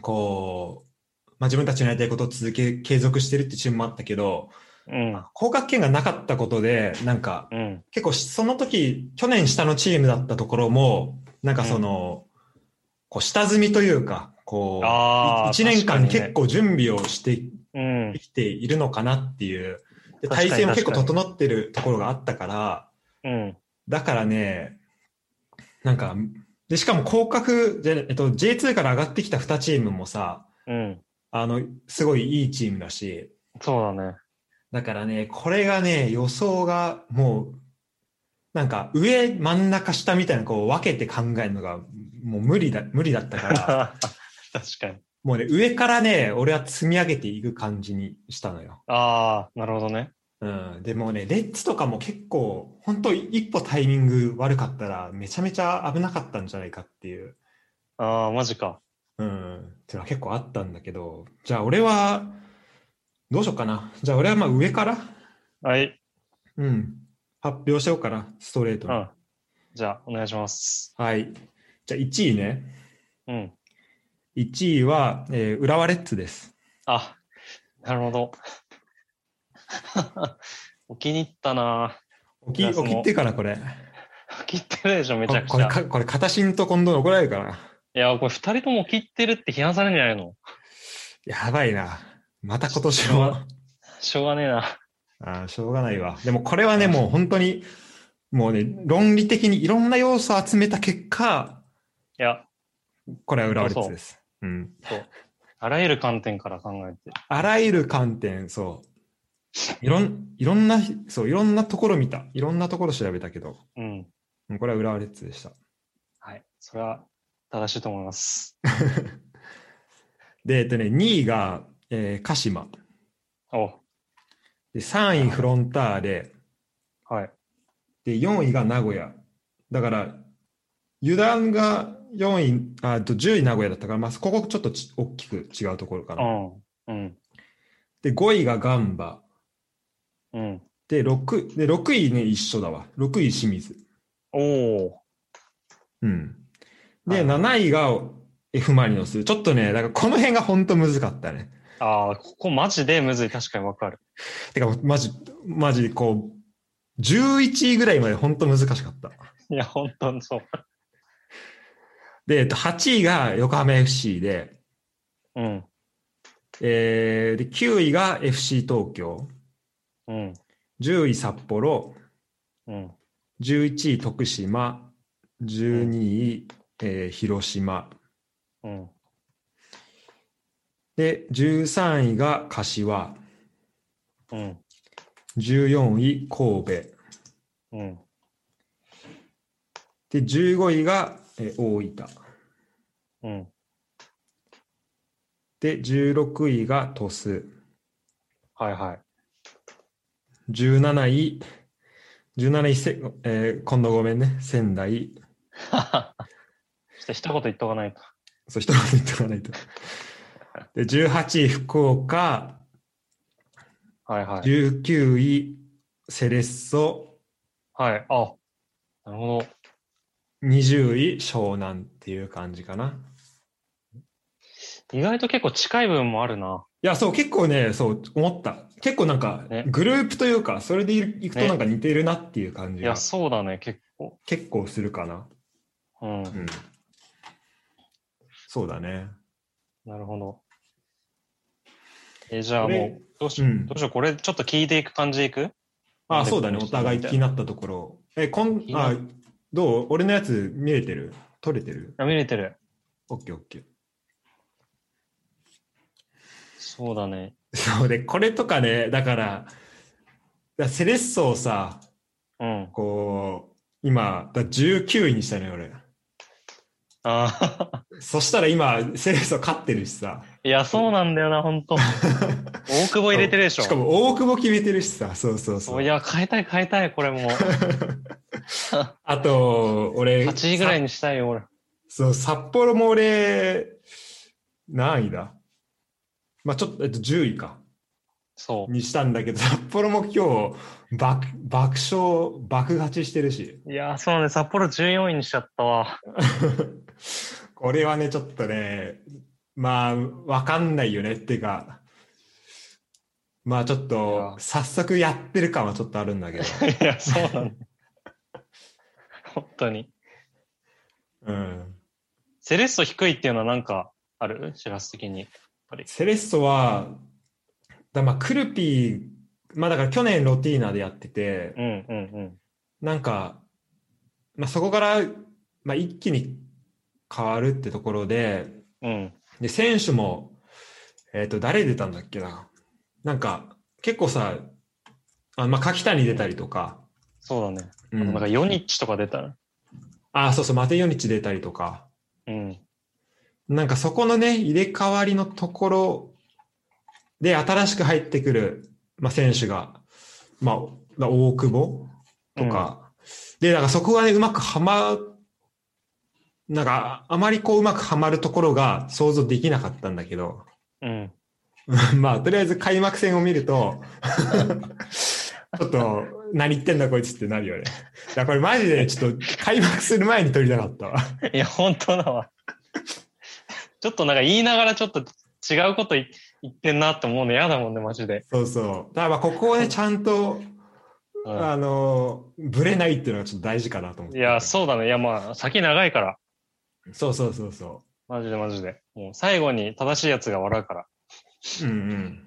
Speaker 1: こう、まあ、自分たちのやりたいことを続け、継続してるってチームもあったけど、
Speaker 2: うん。
Speaker 1: 降格圏がなかったことで、なんか、
Speaker 2: うん。
Speaker 1: 結構しその時、去年下のチームだったところも、なんかその、こう、下積みというか、こう、
Speaker 2: あー
Speaker 1: 1年間
Speaker 2: 確かにね
Speaker 1: 結構準備をして
Speaker 2: うん。
Speaker 1: きているのかなっていう、で
Speaker 2: 確かに
Speaker 1: 体制も結構
Speaker 2: 確か
Speaker 1: 整ってるところがあったから、
Speaker 2: うん。
Speaker 1: だからね、なんか、で、しかも降格、じゃえっと、J2 から上がってきた2チームもさ、
Speaker 2: うん。
Speaker 1: あの、すごいいいチームだし、
Speaker 2: そうだね。
Speaker 1: だからね、これがね、予想がもう、なんか上、真ん中、下みたいなこう分けて考えるのがもう無理だ、 無理だったか
Speaker 2: 確
Speaker 1: ら、
Speaker 2: か に。
Speaker 1: もうね、上からね、俺は積み上げていく感じにしたのよ。
Speaker 2: ああ、なるほどね。
Speaker 1: うん。でもうね、レッツとかも結構、本当一歩タイミング悪かったら、めちゃめちゃ危なかったんじゃないかっていう。
Speaker 2: ああ、マジか。
Speaker 1: うん、ってのは結構あったんだけど、じゃあ俺は、どうしようかな。じゃあ俺はまあ上から、
Speaker 2: はい。
Speaker 1: うん、発表しようかな、ストレート
Speaker 2: う
Speaker 1: に。
Speaker 2: ん。じゃあ、お願いします。
Speaker 1: はい。じゃあ1位ね。
Speaker 2: うん。
Speaker 1: 1位は、えー浦和レッズです。
Speaker 2: あ、なるほど。 お気に入ったな
Speaker 1: 起き、
Speaker 2: 浦和
Speaker 1: 起
Speaker 2: も
Speaker 1: きってからこれ。
Speaker 2: 切ってるでしょ、めちゃく
Speaker 1: こ
Speaker 2: ち
Speaker 1: れ、
Speaker 2: ゃ。
Speaker 1: かこれ、片新と今度怒られるかな。
Speaker 2: いや、これ二人とも切ってるって批判されるんじゃないの
Speaker 1: やばいな。また今年も。
Speaker 2: しょうがねえな。
Speaker 1: あーしょうがないわ。でもこれはね、もう本当に、もうね、論理的にいろんな要素を集めた結果、
Speaker 2: いや、
Speaker 1: これは浦和レッズです。うん。
Speaker 2: あらゆる観点から考えて。
Speaker 1: あらゆる観点、そう。いろん、いろんな、そう、いろんなところ見た。いろんなところ調べたけど、
Speaker 2: うん。
Speaker 1: うんこれは浦和レッズでした。
Speaker 2: はい。それは正しいと思います。
Speaker 1: で、えっとね、2位が、えー鹿島。
Speaker 2: お
Speaker 1: で、3位フロンターレ。
Speaker 2: はい。
Speaker 1: で、4位が名古屋。だから、油断が4位、あと10位名古屋だったから、まあ、ここちょっとち大きく違うところか
Speaker 2: う
Speaker 1: な。
Speaker 2: ん。うん。
Speaker 1: で、5位がガンバ。
Speaker 2: うん。
Speaker 1: で、6, で6位ね、一緒だわ。6位清水。
Speaker 2: おお。
Speaker 1: うん。
Speaker 2: は
Speaker 1: で、
Speaker 2: い
Speaker 1: 7位が F ・マリノス。ちょっとね、だからこの辺が本当むずかったね。
Speaker 2: ああ、ここマジでむずい。確かにわかる。
Speaker 1: てか、マジ、マジ、こう、11位ぐらいまで本当難しかった。
Speaker 2: いや、本当にそう。
Speaker 1: で、えっと、8位が横浜 FC で、
Speaker 2: うん。
Speaker 1: えーで9位が FC 東京、
Speaker 2: うん。
Speaker 1: 10位札幌、
Speaker 2: うん。
Speaker 1: 11位徳島、12位、えー広島、
Speaker 2: うん。
Speaker 1: で、13位が柏、
Speaker 2: うん。
Speaker 1: 14位神戸、
Speaker 2: うん。
Speaker 1: で、15位が、えー大分、
Speaker 2: うん。
Speaker 1: で、16位が鳥栖、
Speaker 2: はいはい。
Speaker 1: 17位、17位せ、えー今度ごめんね、仙台、
Speaker 2: そして一言言っとかないと。
Speaker 1: そう、一言言っておかないと。で、18位、福岡、
Speaker 2: はいはい。
Speaker 1: 19位、セレッソ、
Speaker 2: はい。あ、なるほど。
Speaker 1: 20位、湘南っていう感じかな。
Speaker 2: 意外と結構近い部分もあるな。
Speaker 1: いや、そう、結構ね、そう、思った。結構なんか
Speaker 2: ね、
Speaker 1: グループというか、それでいくと
Speaker 2: ね
Speaker 1: なんか似てるなっていう感
Speaker 2: い
Speaker 1: じ
Speaker 2: や、
Speaker 1: が
Speaker 2: そうだね、結構。
Speaker 1: 結構するかな。
Speaker 2: うん。
Speaker 1: うん。そうだね。
Speaker 2: なるほど。え、じゃあ
Speaker 1: これ
Speaker 2: もう、どうし
Speaker 1: う
Speaker 2: よう。
Speaker 1: ん
Speaker 2: どうしよう。これ、ちょっと聞いていく感じでいく
Speaker 1: あ、そうだね、お互い気に
Speaker 2: い
Speaker 1: なったところ。え、こん
Speaker 2: 気、にな
Speaker 1: あ、どう俺のやつ見れてる取れてる
Speaker 2: や、見れてる。
Speaker 1: オッケーオッケー。
Speaker 2: そうだね。
Speaker 1: そうで、これとかね、だから、だからセレッソをさ、
Speaker 2: うん。
Speaker 1: こう、今、だ19位にしたのよ、俺。
Speaker 2: あ あ、
Speaker 1: そしたら今、セレッソ勝ってるしさ。
Speaker 2: いや、そうなんだよな、ほ んと。大久保入れてるでしょ。
Speaker 1: しかも、大久保決めてるしさ、そうそうそ
Speaker 2: そう
Speaker 1: う。
Speaker 2: いや、変えたい、変えたい、これもう。
Speaker 1: あと、俺、
Speaker 2: 8位ぐらい
Speaker 1: さ
Speaker 2: にしたいよ、俺。
Speaker 1: そう、札幌も俺、何位だまあちょっと、えっと、10位か。
Speaker 2: そ
Speaker 1: にしたんだけど、札幌も今日、爆、爆笑、爆勝ちしてるし。
Speaker 2: う。いや、そうね、札幌14位にしちゃったわ。
Speaker 1: これはね、ちょっとね、まあ、わかんないよねっていうか、まあちょっ
Speaker 2: い
Speaker 1: と
Speaker 2: や、
Speaker 1: 早速やってる感はちょっとあるんだけど、
Speaker 2: いや、そうなんだよ。本当に。
Speaker 1: うん。
Speaker 2: セレッソ低いっていうのはなんかある知らす的に。
Speaker 1: セレッソは、だまあ、クルピー、まあだから去年ロティーナでやってて
Speaker 2: う、んうん
Speaker 1: なんか、まあそこから、まあ一気に変わるってところで、
Speaker 2: うん。うん。
Speaker 1: で、選手も、えっ、と、誰出たんだっけな。なんか、結構さ、あまあ、柿谷出たりとか、
Speaker 2: そうだね。
Speaker 1: う
Speaker 2: あと
Speaker 1: ん
Speaker 2: なんかヨニッチとか出たら。
Speaker 1: あ、そうそう、マテヨニッチ出たりとか、
Speaker 2: うん。
Speaker 1: なんかそこのね、入れ替わりのところで、新しく入ってくる、まあ、選手が、まあ、だ大久保とか、で、だからそこがね、うまくはま、なんか、あまりこう、うまくはまるところが想像できなかったんだけど、
Speaker 2: うん。
Speaker 1: まあ、とりあえず開幕戦を見ると、ちょっと、何言ってんだこいつってなるよね。いや、これマジでちょっと開幕する前に撮りたかったわ。
Speaker 2: いや、本当だわ。ちょっとなんか言いながらちょっと違うこと言言ってんなって思うの嫌だもんね、マジで。
Speaker 1: そうそう。だからまあここをね、ちゃんと、
Speaker 2: うん
Speaker 1: あの、ぶれないっていうのがちょっと大事かなと思っ
Speaker 2: い
Speaker 1: て。
Speaker 2: や、そうだね。いや、まあ、先長いから。
Speaker 1: そうそうそうそ
Speaker 2: マジでマジで。もう最後に正しいやつが笑うから。
Speaker 1: う。うん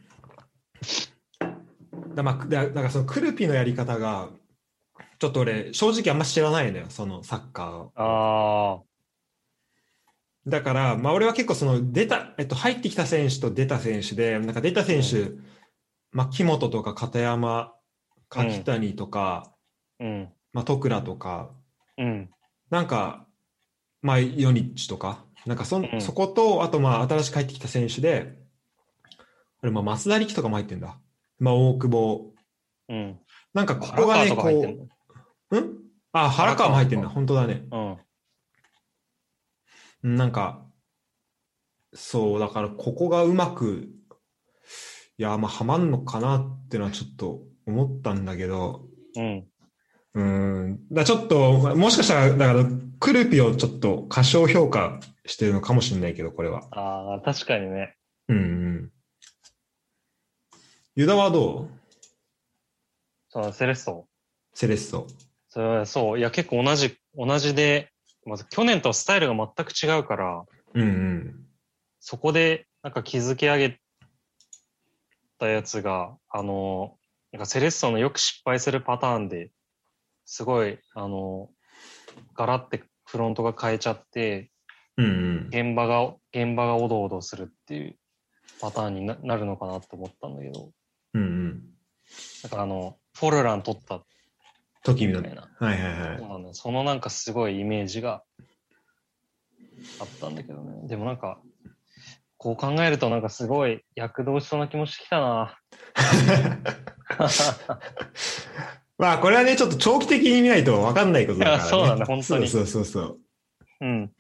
Speaker 1: うん。だまあ、だだからそのクルピのやり方が、ちょっと俺、正直あんま知らないのよ、そのサッカーを。
Speaker 2: あ
Speaker 1: だから、まあ、俺は結構その出た、えっと、入ってきた選手と出た選手で、なんか出た選手、まあ、木本とか片山、柿谷とか、
Speaker 2: あ、うん。
Speaker 1: まあ、徳倉とか、
Speaker 2: うん。
Speaker 1: なんか、まあ、ヨニッチとか、なんかそん、
Speaker 2: うん
Speaker 1: そこと、あと、まあ、新しく入ってきた選手で、あれ、まあ、松田力とかも入ってんだ。まあ、大久保。
Speaker 2: うん。
Speaker 1: なんか、ここがね、
Speaker 2: 原川とか入って
Speaker 1: こ
Speaker 2: ん
Speaker 1: う、んあ、原川も入ってんだ。
Speaker 2: 原川とか
Speaker 1: 本当だね。
Speaker 2: の
Speaker 1: うんなんか、そう、だから、ここがうまく、いや、まあ、はまんのかなってのはちょっと思ったんだけど、
Speaker 2: うん。うん。
Speaker 1: うん、だからちょっと、もしかしたら、だから、クルピをちょっと過小評価してるのかもしれないけど、これは。
Speaker 2: ああ、確かにね。
Speaker 1: うんうん。ユダはどう
Speaker 2: そのセレッソ。
Speaker 1: セレッソ。
Speaker 2: それはそう。いや、結構同じ、同じで、まず去年とスタイルが全く違うから、
Speaker 1: うんうん。
Speaker 2: そこで、なんか築き上げたやつが、あの、なんかセレッソのよく失敗するパターンですごい、あの、ガラってフロントが変えちゃって、
Speaker 1: うんうん。
Speaker 2: 現場が、現場がおどおどするっていうパターンにななるのかなと思ったんだけど、
Speaker 1: うんうん。
Speaker 2: なんかあの、フォルラン取った
Speaker 1: 時
Speaker 2: み
Speaker 1: 見
Speaker 2: た
Speaker 1: の。
Speaker 2: い
Speaker 1: はい
Speaker 2: な。
Speaker 1: はいは
Speaker 2: そ
Speaker 1: い。
Speaker 2: うなんだよそのなんかすごいイメージがあったんだけどね。でもなんか、こう考えるとなんかすごい躍動しそうな気もしてきたな。
Speaker 1: まあ、これはね、ちょっと長期的に見ないと分かんないことだから、ね。
Speaker 2: いやそうなんだ本当に
Speaker 1: そうそうそうそう。
Speaker 2: うん。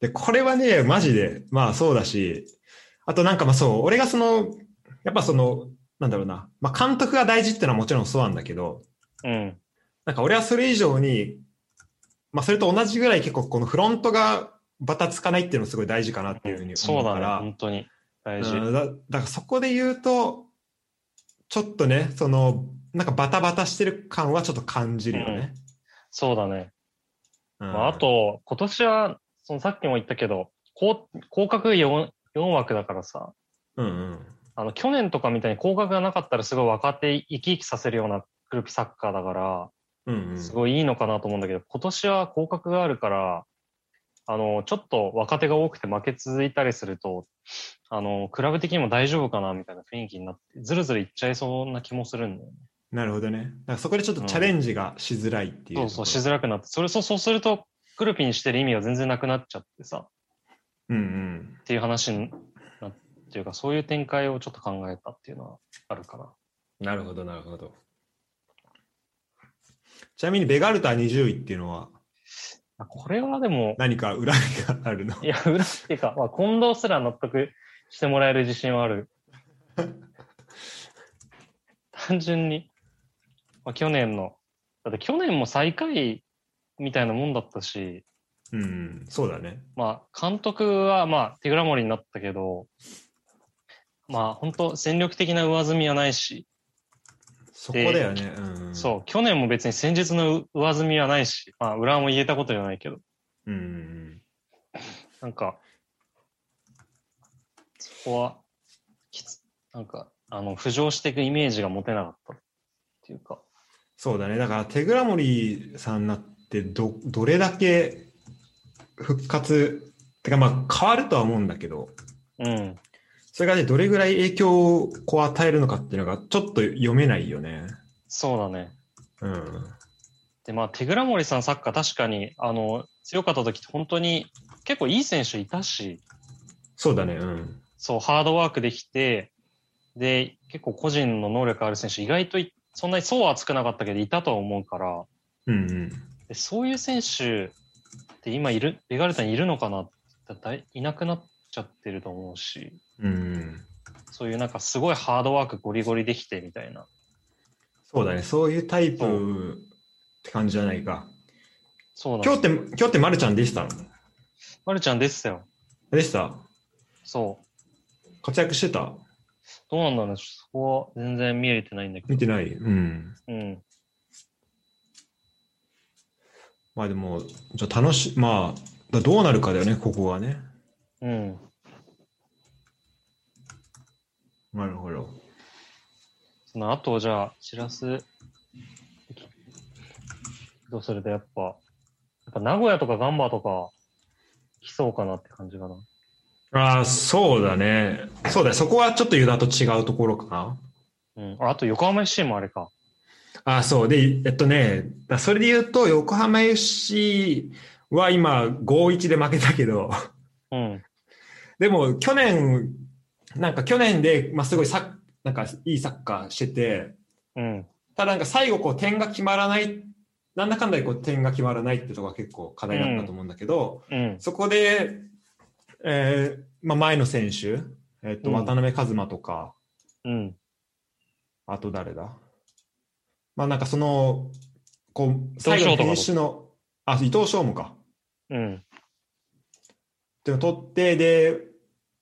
Speaker 1: で、これはね、マジで、まあそうだし、あとなんかまあそう、俺がその、やっぱその、なんだろうな、まあ監督が大事ってのはもちろんそうなんだけど、
Speaker 2: うん。
Speaker 1: なんか俺はそれ以上に、まあそれと同じぐらい結構このフロントがバタつかないっていうのすごい大事かなっていうふうに
Speaker 2: そ
Speaker 1: 思
Speaker 2: う
Speaker 1: う
Speaker 2: だ
Speaker 1: か
Speaker 2: ね。
Speaker 1: ら、
Speaker 2: 本当に。大事。
Speaker 1: うんだだからそこで言うと、ちょっとね、その、なんかバタバタしてる感はちょっと感じるよね。
Speaker 2: そうだね。
Speaker 1: うん
Speaker 2: まあ、あ、と、今年は、そのさっきも言ったけど、降降格 4, 四枠だからさ、
Speaker 1: うんうん。
Speaker 2: あの、去年とかみたいに降格がなかったらすごい若手生き生きさせるようなグループサッカーだから、
Speaker 1: うんうん。
Speaker 2: すごいいいのかなと思うんだけど、今年は降格があるから、あの、ちょっと若手が多くて負け続いたりすると、あの、クラブ的にも大丈夫かなみたいな雰囲気になって、ずるずるいっちゃいそうな気もするんだよね。
Speaker 1: なるほどね。だからそこでちょっとチャレンジがしづらいっていう、
Speaker 2: そうそう、しづらくなって、それそう、そうすると、グルーピンしてる意味が全然なくなっちゃってさ、
Speaker 1: うんうん。
Speaker 2: っていう話になっていうか、そういう展開をちょっと考えたっていうのはあるかな。
Speaker 1: なるほど、なるほど。ちなみにベガルタ20位っていうのは
Speaker 2: あこれはでも、
Speaker 1: 何か裏があるの
Speaker 2: いや、裏っていうか、まあ、近藤すら納得してもらえる自信は ある。単純に、まあ、去年の、だって去年も最下位みたいなもんだったし、
Speaker 1: うんうん、そうだね。
Speaker 2: まあ、監督は、まあ、手倉森になったけど、まあ、本当戦力的な上積みはないし、
Speaker 1: そこだよね。うんうん、
Speaker 2: そう、去年も別に戦術の上積みはないし、まあ、裏も言えたことじゃないけど、
Speaker 1: う。うんうん
Speaker 2: なんか、そこは、きつ、なんか、あの、浮上していくイメージが持てなかったっていうか、
Speaker 1: そうだね。だから手倉森さんになってど、どれだけ復活、てかまあ変わるとは思うんだけど、
Speaker 2: うん、
Speaker 1: それがね、どれぐらい影響をこう与えるのかっていうのがちょっと読めないよね。
Speaker 2: そうだね。
Speaker 1: うん。
Speaker 2: で、まあ、手倉森さんサッカー確かに、あの、強かった時って本当に結構いい選手いたし、
Speaker 1: そうだね。うん。
Speaker 2: そう、ハードワークできて、で、結構個人の能力ある選手、意外といそんなにそうは厚くなかったけど、いたとは思うから、
Speaker 1: うんうん。
Speaker 2: でそういう選手って今いる、ベガルタにいるのかなだだいいなくなっちゃってると思うし、
Speaker 1: うんうん。
Speaker 2: そういうなんかすごいハードワークゴリゴリできてみたいな
Speaker 1: そうだね。そういうタイプって感じじゃないか。
Speaker 2: そうなん
Speaker 1: 今
Speaker 2: で
Speaker 1: 日って、
Speaker 2: す。
Speaker 1: 今日ってまるちゃんでした
Speaker 2: まるちゃん出てたよ。
Speaker 1: でした
Speaker 2: そう。
Speaker 1: 活躍してた
Speaker 2: どうなんだろうね。そこは全然見えてないんだけ
Speaker 1: 見てないうん。
Speaker 2: ど。うん。
Speaker 1: まあでも、じゃあ楽し、まあ、だどうなるかだよね、ここはね。
Speaker 2: うん。
Speaker 1: なるほど。
Speaker 2: その後、じゃあ、しらす。どうするとやっぱ、やっぱ名古屋とかガンバとか、来そうかなって感じかな。
Speaker 1: ああ、そうだね。そうだね。そこはちょっとユダと違うところかな。
Speaker 2: うん。ああと、横浜 FC もあれか。
Speaker 1: ああ、そう。で、えっとね、だそれで言うと、横浜 FC は今、5-1で負けたけど、
Speaker 2: うん。
Speaker 1: でも去年、なんか去年で、まあ、すごいサッなんかいいサッカーしてて、
Speaker 2: うん。
Speaker 1: ただなんか最後こう点が決まらない、なんだかんだでこう点が決まらないってとこが結構課題だったと思うんだけど、
Speaker 2: うん。
Speaker 1: そこで、えーまあ、前の選手、えっと
Speaker 2: うん
Speaker 1: 渡辺一馬とか、
Speaker 2: うん。
Speaker 1: あと誰だまあなんかその、こう、
Speaker 2: 藤
Speaker 1: 最後の
Speaker 2: 翔とかも
Speaker 1: 選手の、あ、伊藤翔もか。
Speaker 2: うん。
Speaker 1: っていうのを取って、で、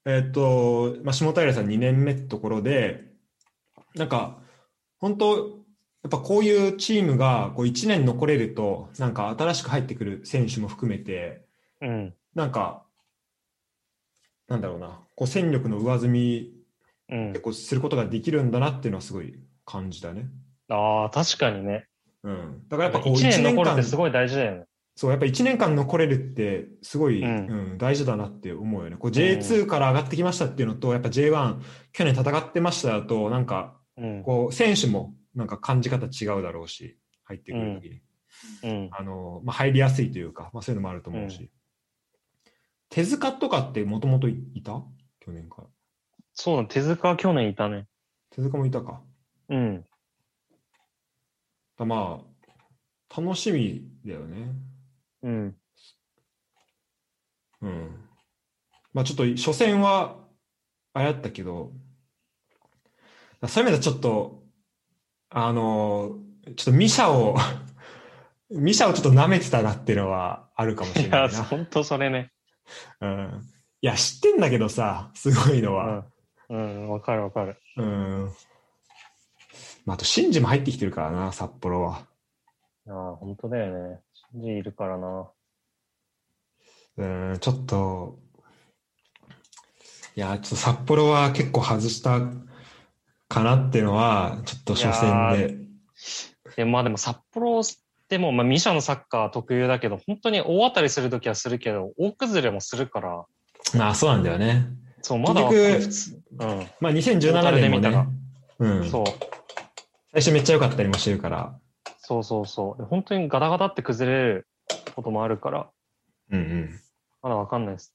Speaker 1: えっ、と、まあ、下平さん2年目ってところで、なんか、本当やっぱこういうチームがこう1年残れると、なんか新しく入ってくる選手も含めて、
Speaker 2: うん。
Speaker 1: なんか、なんだろうな、こう戦力の上積み
Speaker 2: うん
Speaker 1: で。こうすることができるんだなっていうのはすごい感じだね。
Speaker 2: ああ、確かにね。
Speaker 1: うん。だから
Speaker 2: や
Speaker 1: やっぱこう
Speaker 2: 1
Speaker 1: 1
Speaker 2: 年
Speaker 1: 年
Speaker 2: 残るって
Speaker 1: 間、
Speaker 2: すごい大事だよね。
Speaker 1: そう、やっぱ1年間残れるって、すごい、
Speaker 2: う
Speaker 1: うんん大事だなって思うよね。こう J2 から上がってきましたっていうのと、やっぱ J1、去年戦ってましただと、なんか、
Speaker 2: うん。
Speaker 1: こう、選手も、なんか感じ方違うだろうし、入ってくるときに、
Speaker 2: うん。
Speaker 1: あの、まあ、入りやすいというか、まあ、そういうのもあると思うし。手塚とかってもともといた去年から。
Speaker 2: そうだ、手塚は去年いたね。
Speaker 1: 手塚もいたか。
Speaker 2: うん。
Speaker 1: だまあ、楽しみだよね。
Speaker 2: うん。
Speaker 1: うん。まあちょっと初戦はあれだったけど、そういう意味ではちょっと、あの、ちょっとミシャを、 ミシャをちょっと舐めてたなっていうのはあるかもし
Speaker 2: い
Speaker 1: れな
Speaker 2: や、
Speaker 1: いな。
Speaker 2: ほんとそれね。
Speaker 1: うん、いや、知ってんだけどさ、すごいの
Speaker 2: う
Speaker 1: は。
Speaker 2: ん。うん、わかるわかる。
Speaker 1: うん。まあ、あと、シンジも入ってきてるからな、札幌は。
Speaker 2: ああ、ほんとだよね。信じいるからな。
Speaker 1: うん、ちょっと、いや、ちょっと札幌は結構外したかなっていうのは、ちょっと初戦で。
Speaker 2: で、まあでも札幌でも、まあミシャのサッカー特有だけど、本当に大当たりするときはするけど、大崩れもするから、
Speaker 1: まあ、そうなんだよね。
Speaker 2: そう、まだわかる普通。うん。
Speaker 1: まあ、2017年も
Speaker 2: トータルで見たら
Speaker 1: ね、うん、
Speaker 2: そう。
Speaker 1: 最初めっちゃ良かったりもしてるから。
Speaker 2: そうそうそう。で本当にガタガタって崩れることもあるから、
Speaker 1: うんうん。
Speaker 2: まだわかんないです。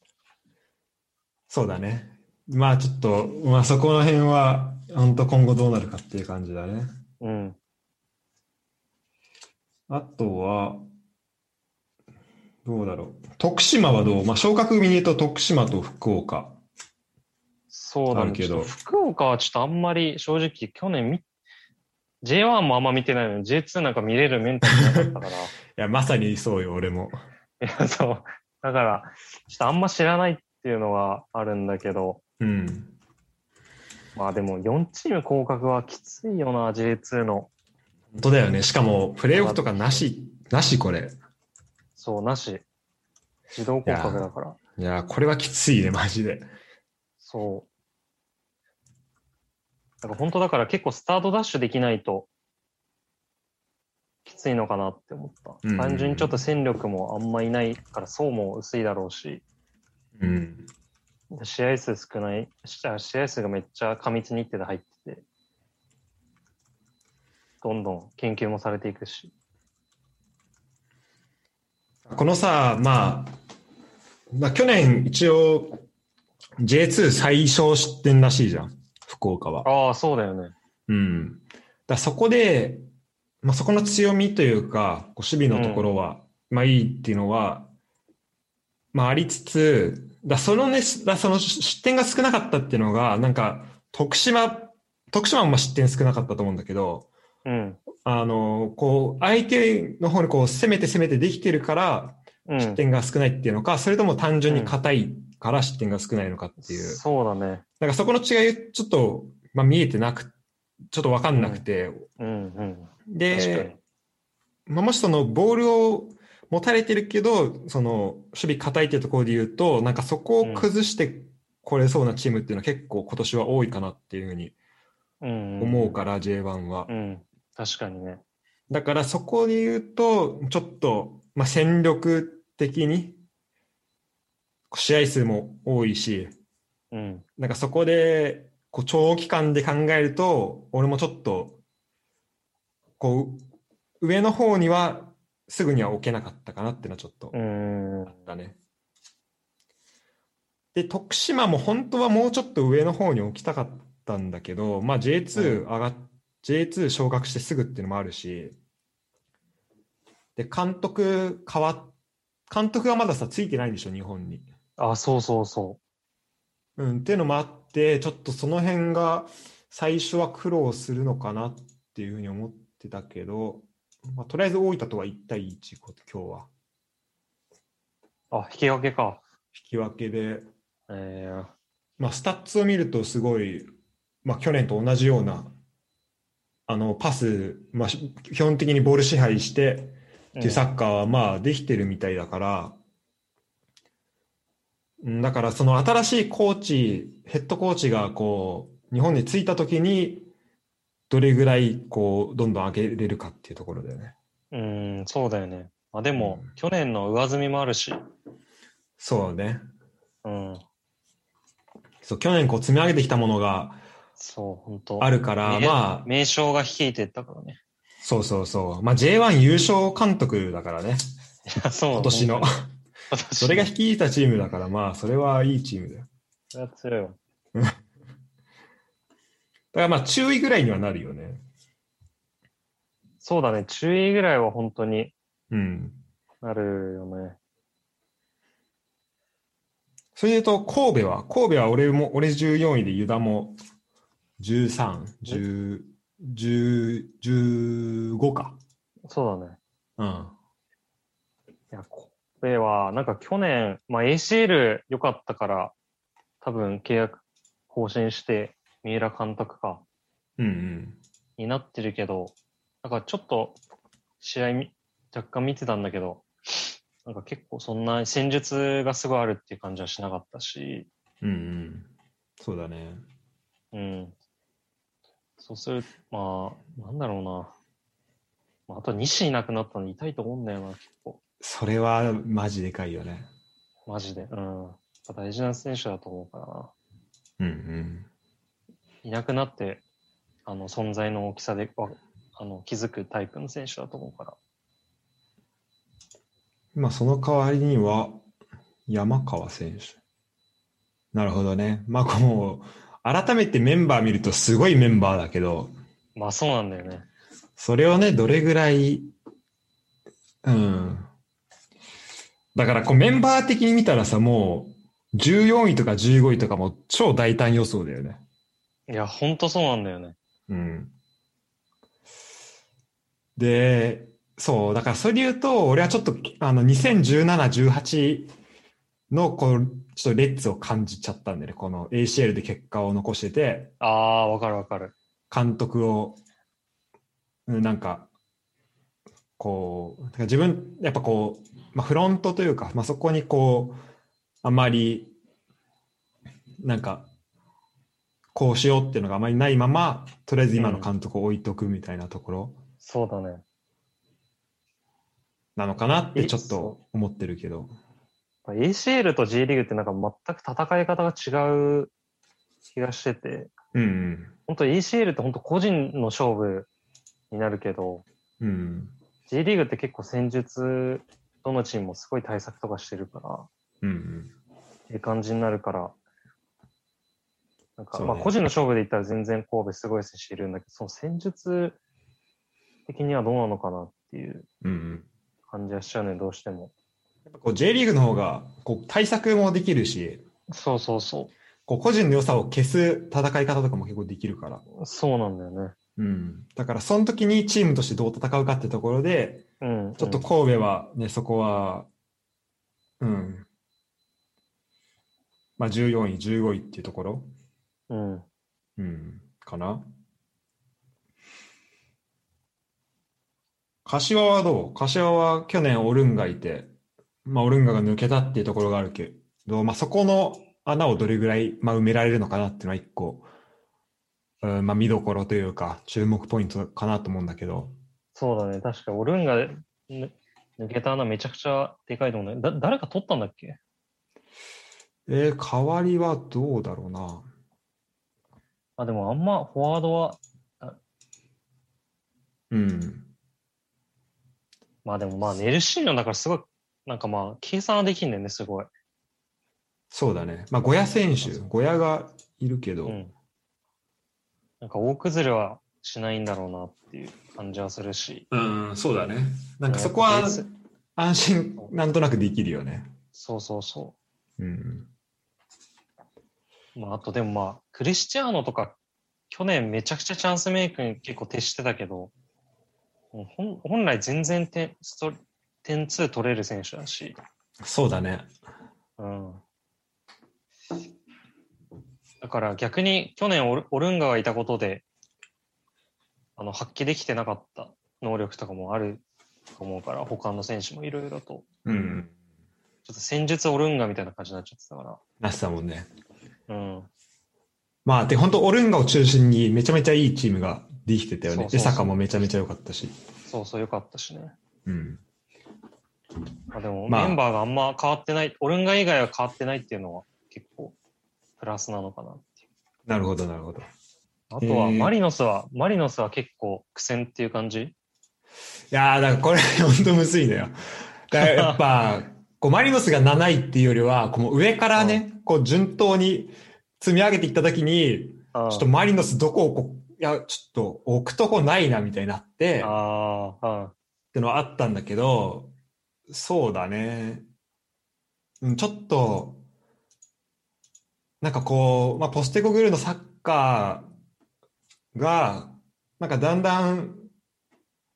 Speaker 1: そうだね。まあ、ちょっと、まあ、そこの辺は、本当今後どうなるかっていう感じだね。
Speaker 2: うん。
Speaker 1: あとは、どうだろう。徳島はどうまあ、昇格組で言うと徳島と福岡。
Speaker 2: そうだ
Speaker 1: ある
Speaker 2: ね。
Speaker 1: けど
Speaker 2: ちょっと福岡はちょっとあんまり正直去年み J1 もあんま見てないのに J2 なんか見れるメンタルなかった から。い
Speaker 1: いや、まさにそうよ、俺も。
Speaker 2: や、そう。だから、ちょっとあんま知らないっていうのはあるんだけど、
Speaker 1: うん。
Speaker 2: まあでも4チーム降格はきついよな、J2 の。
Speaker 1: 本当だよね。しかも、プレーオフとかなし、なしこれ。
Speaker 2: そう、なし。自動降格だから。
Speaker 1: いやー、これはきついね、マジで。
Speaker 2: そう。だから本当だから結構スタートダッシュできないときついのかなって思っ
Speaker 1: うんうんう
Speaker 2: た。
Speaker 1: ん
Speaker 2: 単純にちょっと戦力もあんまいないから層も薄いだろうし、
Speaker 1: うん。
Speaker 2: 試合数少ない、しあ試合数がめっちゃ過密日程で入ってて、どんどん研究もされていくし。
Speaker 1: このさ、まあ、まあ、去年一応、J2 最小失点らしいじゃん。福岡は。
Speaker 2: ああ、そうだよね。
Speaker 1: うん。だそこで、まあ、そこの強みというか、こう守備のところは、まあいいっていうのは、まあありつつ、だそのね、だその失点が少なかったっていうのが、なんか、徳島、徳島もまあ失点少なかったと思うんだけど、
Speaker 2: うん。
Speaker 1: あの、こう、相手の方にこう、攻めて攻めてできてるから、
Speaker 2: うん、
Speaker 1: 失点が少ないっていうのか、それとも単純に硬いから失点が少ないのかっていう。
Speaker 2: そうだね。
Speaker 1: なんかそこの違い、ちょっと、まあ見えてなく、ちょっとわかんなくて。
Speaker 2: うんうん。確かに
Speaker 1: で、。まあ、もしそのボールを持たれてるけど、その守備硬いっていうところで言うと、なんかそこを崩してこれそうなチームっていうのは結構今年は多いかなっていうふうに
Speaker 2: うんん
Speaker 1: 思うから、J1 は
Speaker 2: う。ん。確かにね。
Speaker 1: だからそこで言うと、ちょっと、まあ、戦力的に試合数も多いし、
Speaker 2: うん。
Speaker 1: なんかそこでこう長期間で考えると、俺もちょっとこう上の方にはすぐには置けなかったかなっていうのはちょっと
Speaker 2: うん。
Speaker 1: あったね。で、徳島も本当はもうちょっと上の方に置きたかったんだけど、まあ、J2 上がっ、J2 昇格してすぐっていうのもあるし、で、監督変わっ、監督がまださ、ついてないんでしょ、日本に。
Speaker 2: あ、そうそうそ
Speaker 1: うん、っていうのもあって、ちょっとその辺が最初は苦労するのかなっていうふうに思ってたけど、まあ、とりあえず大分とは1対1、こ今日は。
Speaker 2: う。あ、引き分けか。
Speaker 1: 引き分けで、
Speaker 2: えー、
Speaker 1: まあ、スタッツを見るとすごい、まあ、去年と同じようなあのパス、まあ、し基本的にボール支配してっていうサッカーはまあできてるみたいだから、うんだからその新しいコーチヘッドコーチがこう日本に着いた時にどれぐらいこうどんどん上げれるかっていうところだよね。
Speaker 2: うん、そうだよね。まあでも、
Speaker 1: うん
Speaker 2: 去年の上積みもあるし、
Speaker 1: そうね
Speaker 2: うん、
Speaker 1: そう去年こう積み上げてきたものが
Speaker 2: そう、本当
Speaker 1: あるから、
Speaker 2: ね
Speaker 1: まあ、
Speaker 2: 名称が率いてったからね。
Speaker 1: そうそうそう。まあ、J1 優勝監督だからね、
Speaker 2: いやそう。
Speaker 1: 今年の
Speaker 2: 本。当に。
Speaker 1: それが率いたチームだから、まあ、それはいいチームだよ。
Speaker 2: それは強いよ。
Speaker 1: だからまあ、注意ぐらいにはなるよね。
Speaker 2: そうだね、注意ぐらいは本当に
Speaker 1: うん。
Speaker 2: なるよね。
Speaker 1: それで言うと、神戸は、神戸は俺も、俺14位で湯田も13、10、10 15か。
Speaker 2: そうだね。
Speaker 1: うん。
Speaker 2: いや、神戸は、なんか去年、まあ ACL 良かったから、多分契約更新して、三浦監督か、
Speaker 1: うんうん。
Speaker 2: になってるけど、なんかちょっと試合み若干見てたんだけど、なんか結構そんな戦術がすごいあるっていう感じはしなかったし、
Speaker 1: うんうん。そうだね。
Speaker 2: うん。そうする、まあ、なんだろうな。まあ、あと西いなくなったの痛いと思うんだよな、結構。
Speaker 1: それは、マジでかいよね。
Speaker 2: マジで。うん。やっぱ大事な選手だと思うからな。
Speaker 1: うんうん。
Speaker 2: いなくなって、あの、存在の大きさで、わあの、気づくタイプの選手だと思うから。
Speaker 1: まあ、その代わりには、山川選手。なるほどね。まあ、こう、改めてメンバー見るとすごいメンバーだけど、
Speaker 2: まあ、そうなんだよね。
Speaker 1: それをね、どれぐらい、うん。だから、こう、メンバー的に見たらさ、もう、14位とか15位とかも超大胆予想だよね。
Speaker 2: いや、ほんとそうなんだよね。
Speaker 1: うん。で、そう、だからそれで言うと、俺はちょっと、あの、2017、18の、こう、ちょっとレッツを感じちゃったんでね、この ACL で結果を残してて、
Speaker 2: ああ、わかるわかる。
Speaker 1: 監督を、うんなんか、こう、だから自分、やっぱこう、まあ、フロントというか、まあ、そこにこう、あまり、なんか、こうしようっていうのがあまりないまま、とりあえず今の監督を置いとくみたいなところ
Speaker 2: そうだね。
Speaker 1: なのかなって
Speaker 2: え
Speaker 1: ちょっ
Speaker 2: そ
Speaker 1: と思ってるけど。
Speaker 2: まあ ACL と J リーグってなんか全く戦い方が違う気がしてて、
Speaker 1: うん
Speaker 2: 本当 ACL って本当個人の勝負になるけど、
Speaker 1: うん。うん。
Speaker 2: J リーグって結構戦術、どのチームもすごい対策とかしてるから、
Speaker 1: うんうん。
Speaker 2: ええ感じになるから、なんか、
Speaker 1: そうね
Speaker 2: まあ個人の勝負で言ったら全然神戸すごい選手いるんだけど、その戦術的にはどうなのかなっていう
Speaker 1: うんうん。
Speaker 2: 感じはしちゃうね、どうしても。
Speaker 1: やっぱこう J リーグの方が、こう対策もできるし、
Speaker 2: そうそうそ
Speaker 1: こう個人の良さを消す戦い方とかも結構できるから。
Speaker 2: う。そうなんだよね。
Speaker 1: うん、だからその時にチームとしてどう戦うかってところで、
Speaker 2: うん。
Speaker 1: ちょっと神戸はね、そこは、うん、まあ14位、15位っていうところ、
Speaker 2: うん。うん。
Speaker 1: うん、かな。柏はどう柏は去年オルンがいて、まあオルンガが抜けたっていうところがあるけど、まあそこの穴をどれぐらい、まあ、埋められるのかなっていうのは一個、うん、まあ見どころというか注目ポイントかなと思うんだけど、
Speaker 2: そうだね。確か、オルンがぬ抜けた穴めちゃくちゃでかいと思うね。だ、誰か取ったんだっけ
Speaker 1: えー代わりはどうだろうな。
Speaker 2: あ、でもあんまフォワードは、
Speaker 1: うん。
Speaker 2: まあでもまあ、ネルシーノだからすごい、なんかまあ、計算はできんだよね、すごい。
Speaker 1: そうだね。まあ、ゴヤ選手、ゴヤがいるけど、
Speaker 2: うん。なんか大崩れはしないんだろうなっていう感じはするし。
Speaker 1: うん、そうだね。なんかそこ
Speaker 2: や
Speaker 1: は
Speaker 2: っぱベース
Speaker 1: 安心、なんとなくできるよね。
Speaker 2: そうそうそ
Speaker 1: うん。
Speaker 2: う。まああとでもまあ、クリスチアーノとか、去年めちゃくちゃチャンスメイクに結構徹してたけど、もうほん本来全然点数点数取れる選手だし、
Speaker 1: そうだね。
Speaker 2: うん。だから逆に去年オルオルンガがいたことで、あの、発揮できてなかった能力とかもあると思うから、他の選手もいろいろと。
Speaker 1: うん。
Speaker 2: ちょっと戦術オルンガみたいな感じになっちゃってたか
Speaker 1: なってたもんね。
Speaker 2: ら。うん。
Speaker 1: まあ、で、本当オルンガを中心にめちゃめちゃいいチームができてたよ
Speaker 2: そ
Speaker 1: ね
Speaker 2: う。そ
Speaker 1: 江
Speaker 2: うそう
Speaker 1: 坂もめちゃめちゃ良かったし。
Speaker 2: そうそう、よかったしね。
Speaker 1: うん。
Speaker 2: まあでも、
Speaker 1: まあ
Speaker 2: メンバーがあんま変わってない、オルンガ以外は変わってないっていうのは結構プラスなのかなっていう。
Speaker 1: なるほど、なるほど。
Speaker 2: あとは、
Speaker 1: へー
Speaker 2: マリノスは、マリノスは結構苦戦っていう感じ
Speaker 1: いやー、だからこれ本当むずいのよ。だ からやっぱ、こうマリノスが7位っていうよりは、こうもう上からね、こう順当に積み上げていったときに、
Speaker 2: あ
Speaker 1: ちょっとマリノスどこをこう、いや、ちょっと置くとこないなみたいになって、っ
Speaker 2: あー、あ
Speaker 1: てのはあったんだけど、そうだね。うんちょっと、なんかこう、まあ、ポステコグルーのサッカーが、なんかだんだん、も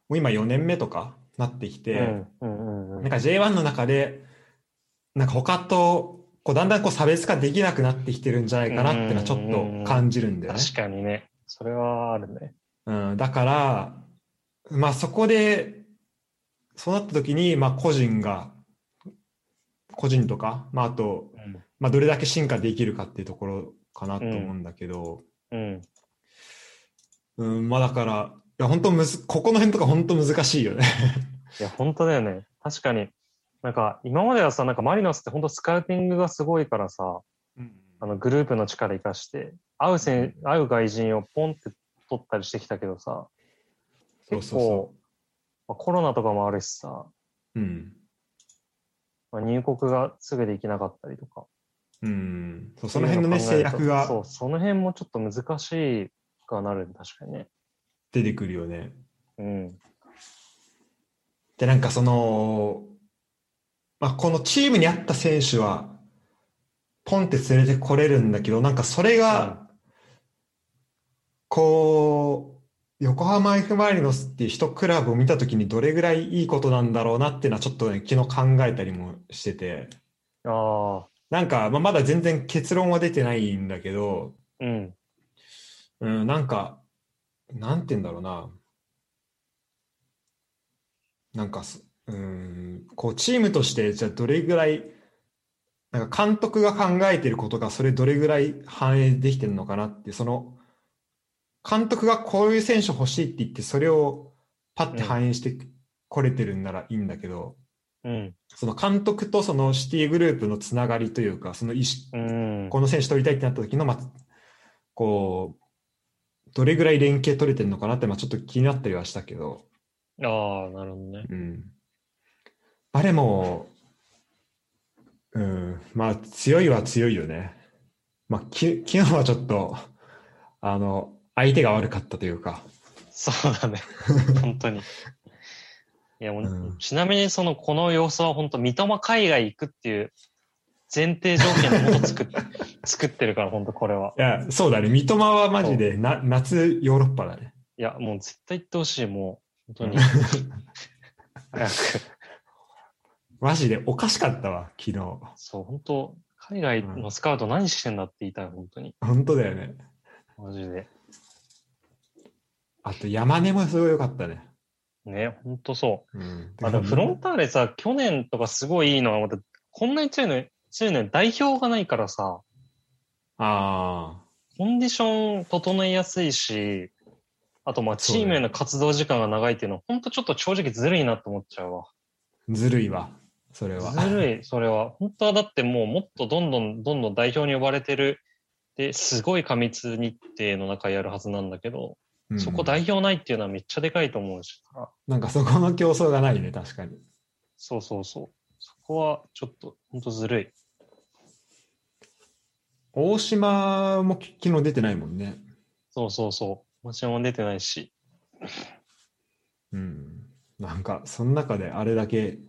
Speaker 1: う今4年目とかなってき
Speaker 2: ー
Speaker 1: て、
Speaker 2: うんうんうんう
Speaker 1: なん
Speaker 2: ん。
Speaker 1: か J1 の中で、なんか他と、こうだんだんこう差別化できなくなってきてるんじゃないかなっていうのはちょっと感じるんだよね。
Speaker 2: 確かにね。それはあるね。
Speaker 1: うん、だから、まあそこで、そうなった時に、まあ個人が、個人とか、まああと、
Speaker 2: うん。
Speaker 1: まあどれだけ進化できるかっていうところかなと思うんだけど、
Speaker 2: うん。
Speaker 1: うん、まあだから、いや本当むず、ここの辺とか本当難しいよね。
Speaker 2: いや、本当だよね。確かに。なんか、今まではさ、なんかマリノスって本当スカウティングがすごいからさ、あのグループの力生かして、合う選合う外人をポンって取ったりしてきたけどさ、
Speaker 1: そう
Speaker 2: 結
Speaker 1: そうそ
Speaker 2: 構、まあ、コロナとかもあるしさ、
Speaker 1: う。うん。
Speaker 2: まあ、入国がすぐできなかったりとか。
Speaker 1: うん。そうその辺のね、
Speaker 2: ってい
Speaker 1: 制
Speaker 2: うのを考える
Speaker 1: 約
Speaker 2: と
Speaker 1: が
Speaker 2: そう、その辺もちょっと難しいがなるね確かにね。
Speaker 1: 出てくるよね。
Speaker 2: うん。
Speaker 1: で、なんかその、まあ、このチームに合った選手は、ポンって連れてこれるんだけど、なんかそれが、こう、横浜 F ・マリノスっていう一クラブを見たときにどれぐらいいいことなんだろうなっていうのはちょっとね、昨日考えたりもしてて、
Speaker 2: ああ、
Speaker 1: なんか、まあ、まだ全然結論は出てないんだけど、
Speaker 2: うん。
Speaker 1: うん、なんか、なんて言うんだろうな。なんかす、うん、こう、チームとして、じゃあどれぐらい、なんか監督が考えてることが、それどれぐらい反映できてるのかなって、その、監督がこういう選手欲しいって言って、それをパッて反映してこれてるんならいいんだけど、
Speaker 2: うん。
Speaker 1: その監督とそのシティグループのつながりというか、その意識、
Speaker 2: うん。
Speaker 1: この選手取りたいってなった時の、まあ、こう、どれぐらい連携取れてるのかなって、まあ、ちょっと気になったりはしたけど、
Speaker 2: ああ、なるほどね。
Speaker 1: うん。まあ、でも、うん、まあ、強いは強いよね。まあ、き昨日はちょっと、あの、相手が悪かったというか、
Speaker 2: そうだ ね。本当に。いや、もう
Speaker 1: うん
Speaker 2: ちなみにその、この様子は本当、三笘海外行くっていう前提条件のもと作っ 作ってるから、本当これは。
Speaker 1: いや、そうだね、三笘はマジでな夏ヨーロッパだね。
Speaker 2: いいや、もう絶対行ってほしい、もう。 本当に。早く。
Speaker 1: マジでおかしかったわ、昨日。
Speaker 2: そう、本当海外のスカウト何してんだって言いたい、本当に。
Speaker 1: 本当だよね。
Speaker 2: マジで。
Speaker 1: あと山根もすごい良かったね。
Speaker 2: ね、本当そ
Speaker 1: うん。
Speaker 2: う。まあ、でもフロンターレさ、去年とかすごいいいのは、また、こんなに強いの、強いのに代表がないからさ、
Speaker 1: あ
Speaker 2: コンディション整えやすいし、あとまあチームへの活動時間が長いっていうのは、ほんとちょっと正直ずるいなと思っちゃうわ。
Speaker 1: あ、ずるいわ、それは。
Speaker 2: ずるい、それは。本当はだってもうもっとどんどんどんどん代表に呼ばれてる、で、すごい過密日程の中やるはずなんだけど、
Speaker 1: うん
Speaker 2: そこ代表ないっていうのはめっちゃでかいと思うし、
Speaker 1: なんかそこの競争がないね、確かに。
Speaker 2: そうそうそう。そこはちょっとほんとずるい。
Speaker 1: 大島もき昨日出てないもんね。
Speaker 2: そうそうそう。もちろん出てないし。
Speaker 1: うん。なんか、その中であれだけ、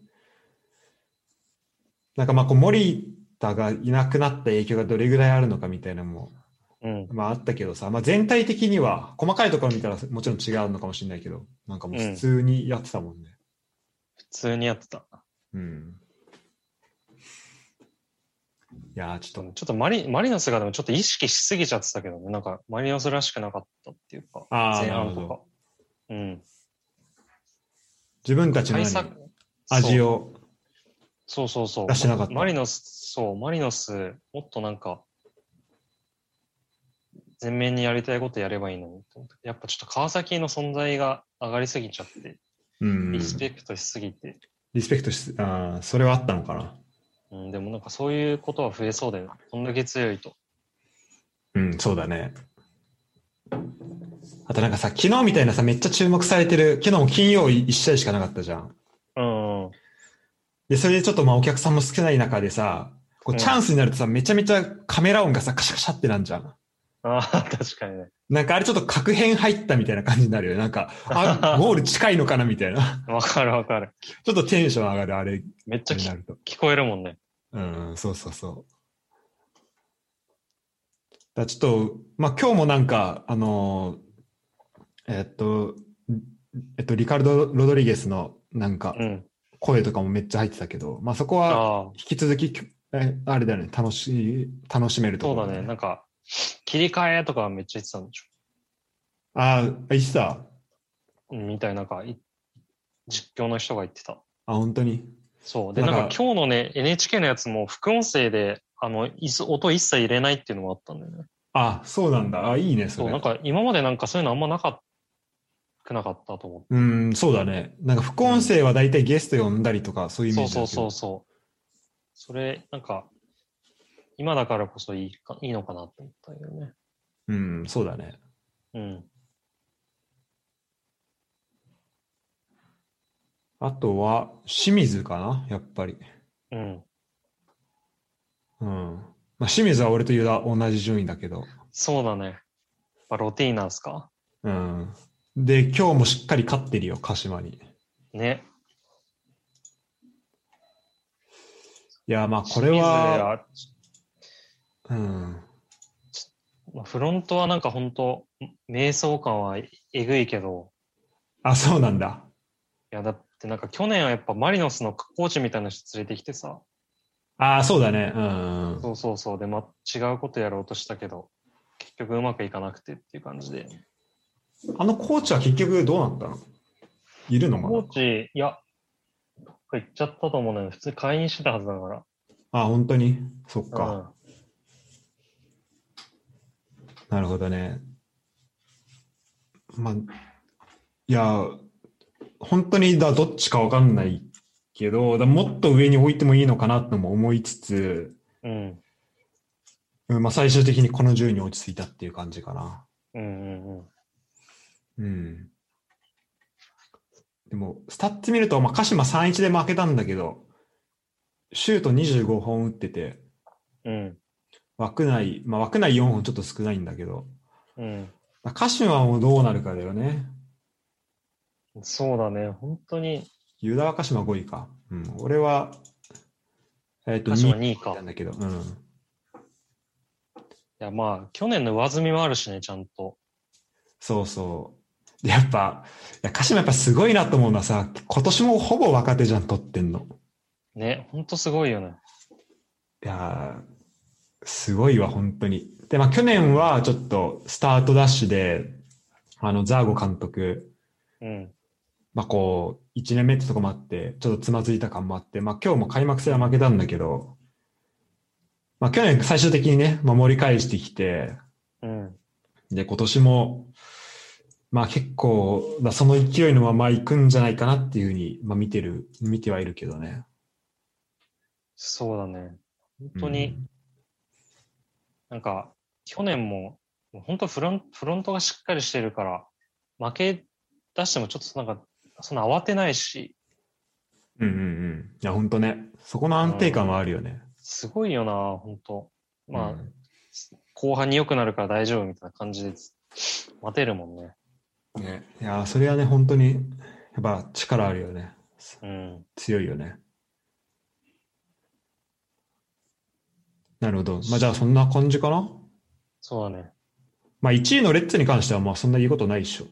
Speaker 1: なんかまあこう、森田がいなくなった影響がどれぐらいあるのかみたいなのも、
Speaker 2: うん。
Speaker 1: まああったけどさ、まあ全体的には、細かいところ見たらもちろん違うのかもしれないけど、なんかもう普通にやってたもんね。
Speaker 2: 普通にやってた。
Speaker 1: うん。いやー、ち
Speaker 2: ち
Speaker 1: ょっ
Speaker 2: ょ
Speaker 1: と
Speaker 2: っ、とマリマリノスがでもちょっと意識しすぎちゃってたけどね、なんかマリノスらしくなかったっていうか、
Speaker 1: あー
Speaker 2: 前半
Speaker 1: なる
Speaker 2: と
Speaker 1: ほ
Speaker 2: か。うん。
Speaker 1: 自分たちの
Speaker 2: 対
Speaker 1: 何
Speaker 2: 策
Speaker 1: 味
Speaker 2: を。
Speaker 1: を、
Speaker 2: そうそうそう。
Speaker 1: 出してなかった
Speaker 2: マリノス、そう、マリノス、もっとなんか、全面にやりたいことやればいいのにと思った。やっぱちょっと川崎の存在が上がりすぎちゃって、
Speaker 1: うん、
Speaker 2: リスペクトしすぎて、
Speaker 1: リスペクトし、あーそれはあったのかな。
Speaker 2: うん、でもなんかそういうことは増えそうだよね。こんだけ強いと。
Speaker 1: うん、そうだね。あとなんかさ、昨日みたいなさ、めっちゃ注目されてる、昨日も金曜1試合しかなかったじゃん。
Speaker 2: うん、うん。
Speaker 1: で、それでちょっとまあお客さんも少ない中でさ、こ
Speaker 2: う
Speaker 1: うんチャンスになるとさ、めちゃめちゃカメラ音がさ、カシャカシャってなんじゃん。
Speaker 2: ああ、確かにね。
Speaker 1: なんかあれちょっと確変入ったみたいな感じになるよね。なんか、 あ、ゴール近いのかなみたいな。
Speaker 2: わかるわかる。
Speaker 1: ちょっとテンション上がる、あれ
Speaker 2: めっちゃ
Speaker 1: に
Speaker 2: き
Speaker 1: なると。
Speaker 2: 聞こえるもんね。
Speaker 1: うん、そうそうそう。だからちょっと、まあ、今日もなんか、あのーえっと、えっと、リカルド・ロドリゲスのなんか
Speaker 2: うん。
Speaker 1: 声とかもめっちゃ入ってたけど、まあ、そこは
Speaker 2: ああ。
Speaker 1: 引き続き、えあれだよね、楽しい、楽しめると
Speaker 2: そう
Speaker 1: こ
Speaker 2: だ
Speaker 1: ろ
Speaker 2: ね。なんか、切り替えとかめっちゃ言ってたんでしょ。
Speaker 1: ああ、いつだ
Speaker 2: うんみたいな、なんか、い実況の人が言ってた。
Speaker 1: あ、本当に。
Speaker 2: そう。で、
Speaker 1: な
Speaker 2: なん
Speaker 1: か
Speaker 2: んか今日のね、NHK のやつも副音声で、あの、いす音一切入れないっていうのもあったんだよね。
Speaker 1: あ、そうなんだ。あ、いいね、そ
Speaker 2: そう、
Speaker 1: れ。
Speaker 2: なんか今までなんかそういうのあんまなかっくなかったと思って。
Speaker 1: うん、そうだね。なんか副音声は大体ゲスト呼んだりとか、そういうイメ
Speaker 2: そ
Speaker 1: ージ
Speaker 2: う
Speaker 1: だけ
Speaker 2: そう
Speaker 1: ど。
Speaker 2: そうそう。それ、なんか、今だからこそいいかいいのかなって思ったけどね。
Speaker 1: うん、そうだね。
Speaker 2: うん。
Speaker 1: あとは、清水かなやっぱり。
Speaker 2: うん。
Speaker 1: うん。まあ、清水は俺とユダ同じ順位だけど。
Speaker 2: そうだね。やっぱロティーナーっすか
Speaker 1: うん。で、今日もしっかり勝ってるよ、鹿島に。い
Speaker 2: ね。
Speaker 1: や、まあ、これ
Speaker 2: 清水
Speaker 1: は、
Speaker 2: が
Speaker 1: うん。
Speaker 2: まあ、フロントはなんか本当瞑想感はえぐいけど、
Speaker 1: あ、そうなんだ。
Speaker 2: いやだってなんか去年はやっぱマリノスのコーチみたいな人連れてきてさ、
Speaker 1: ああ、そうだね。うん。
Speaker 2: そうそうそう、で、ま、違うことやろうとしたけど、結局うまくいかなくてっていう感じで。
Speaker 1: あのコーチは結局どうなったのいるのか
Speaker 2: コ
Speaker 1: な
Speaker 2: ーチ、いや、どっか行っちゃったと思うのよ。普通会員してたはずだか
Speaker 1: あ、本当にそっ
Speaker 2: ら。
Speaker 1: か。なるほどね。まあ、いや、本当にだどっちかわかんないけど、だもっと上に置いてもいいのかなとも思いつつ、
Speaker 2: うん。うん。
Speaker 1: うんまあ、最終的にこの10に落ち着いたっていう感じかな。
Speaker 2: うんうんうん。
Speaker 1: うん。でも、スタッツ見ると、まあ、鹿島3-1で負けたんだけど、シュート25本打ってて、
Speaker 2: うん。
Speaker 1: 枠内、まあ、枠内4本ちょっと少ないんだけど、
Speaker 2: うん。
Speaker 1: まあ、鹿島はもうどうなるかだよね。
Speaker 2: そうだね。本当に、
Speaker 1: ユダは鹿島5位か。うん。俺は、えっ、と、
Speaker 2: 鹿島
Speaker 1: 2
Speaker 2: 2位か
Speaker 1: なん。だけど、うん。
Speaker 2: いや、まあ、去年の上積みもあるしね、ちゃんと。
Speaker 1: そうそう。でやっぱ、いや鹿島やっぱすごいなと思うのはさ、今年もほぼ若手じゃん、取ってんの。
Speaker 2: ね、ほんとすごいよね。
Speaker 1: いやーすごいわ、本当に。で、まあ、去年はちょっとスタートダッシュで、あの、ザーゴ監督、
Speaker 2: うん。
Speaker 1: まあ、こう、1年目ってとこもあって、ちょっとつまずいた感もあって、まあ、今日も開幕戦は負けたんだけど、まあ、去年最終的にね、守り返してきて、
Speaker 2: うん。
Speaker 1: で、今年も、まあ結構、まあその勢いのまま行くんじゃないかなっていうふうに、まあ見てる、見てはいるけどね。
Speaker 2: そうだね。本当に、なんか、去年も、もう本当フロンフロントがしっかりしてるから、負け出してもちょっとなんか、そんな慌てないし、
Speaker 1: うん。うんうんうん。いや、本当ね。そこの安定感はあるよね。
Speaker 2: すごいよな、本当まあ、
Speaker 1: うん
Speaker 2: 後半に良くなるから大丈夫みたいな感じで、待てるもんね。
Speaker 1: ね、いや、それはね、本当に、やっぱ力あるよね。
Speaker 2: うん。
Speaker 1: 強いよね。なるほど。まあじゃあそんな感じかな
Speaker 2: そうだね。
Speaker 1: まあ1位のレッツに関しては、まあそんな言うことないでしょ。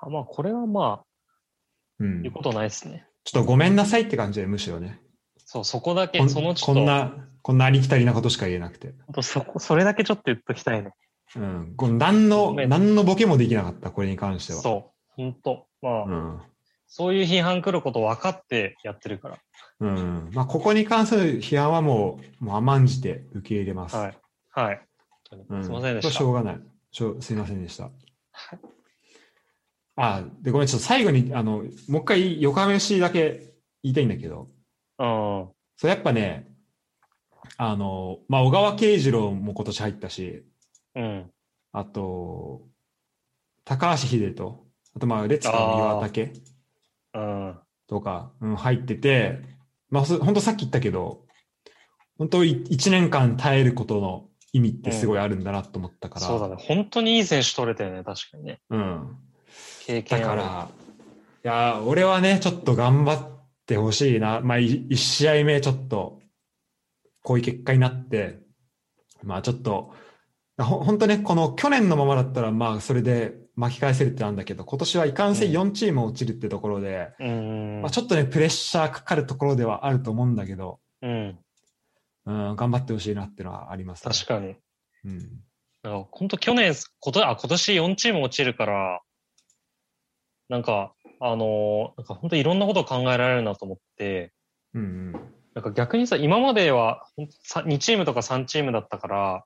Speaker 2: あまあ、これはまあ、
Speaker 1: うん。ち
Speaker 2: 言う
Speaker 1: ょ
Speaker 2: ことないですね。
Speaker 1: っとごめんなさいって感じで、むしろね。
Speaker 2: そう、そこだ
Speaker 1: こ
Speaker 2: け、
Speaker 1: ん
Speaker 2: そのちょ
Speaker 1: こ
Speaker 2: っ
Speaker 1: ん
Speaker 2: と、
Speaker 1: な、こんなありきたりなことしか言えなくて。
Speaker 2: ほんとそこ、それだけちょっと言っときたいね。
Speaker 1: うん。こう何の
Speaker 2: ご、めん
Speaker 1: 何のボケもできなかった、これに関しては。
Speaker 2: そう、本当まあ、
Speaker 1: うん。
Speaker 2: そういう批判来ること分かってやってるから。
Speaker 1: うん。まあ、ここに関する批判はもう、もう甘んじて受け入れます。
Speaker 2: はい。はい。本当
Speaker 1: う
Speaker 2: に
Speaker 1: ん、
Speaker 2: すみませんでし
Speaker 1: こ
Speaker 2: た。
Speaker 1: れはしょうがない。しょうすいませんでした。あ、で、ごめん、ちょっと最後に、あの、もう一回、横浜 FC だけ言いたいんだけど、
Speaker 2: うん。
Speaker 1: そう、やっぱね、あの、まあ、小川慶次郎も今年入ったし、
Speaker 2: うん。
Speaker 1: あと、高橋秀人、あと、まあ、レッツの岩竹。
Speaker 2: うん。
Speaker 1: とか、うん、入ってて、まあ、本当さっき言ったけど、本当1年間耐えることの意味ってすごいあるんだなと思ったから、
Speaker 2: そうだね。本当にいい選手取れたよね。確かにね。
Speaker 1: うん。
Speaker 2: 経験
Speaker 1: だ
Speaker 2: ある
Speaker 1: から、いやー、俺はね、ちょっと頑張ってほしいな。まあ、1試合目ちょっと、こういう結果になって、まあちょっと、ほ本当ね、この去年のままだったら、まあそれで巻き返せるってなんだけど、今年はいかんせん4チーム落ちるってところで、
Speaker 2: うん。
Speaker 1: まあ、ちょっとね、プレッシャーかかるところではあると思うんだけど、
Speaker 2: うん。
Speaker 1: うん、頑張ってほしいなっていうのはあります、
Speaker 2: 確かに。
Speaker 1: に。
Speaker 2: なんか本当去年、ことあ今年4チーム落ちるから、なんか、あのーなんか本当いろんなことを考えられるなと思って、
Speaker 1: うん。うん
Speaker 2: なんか逆にさ、今まではほんとさ2チームとか3チームだったから、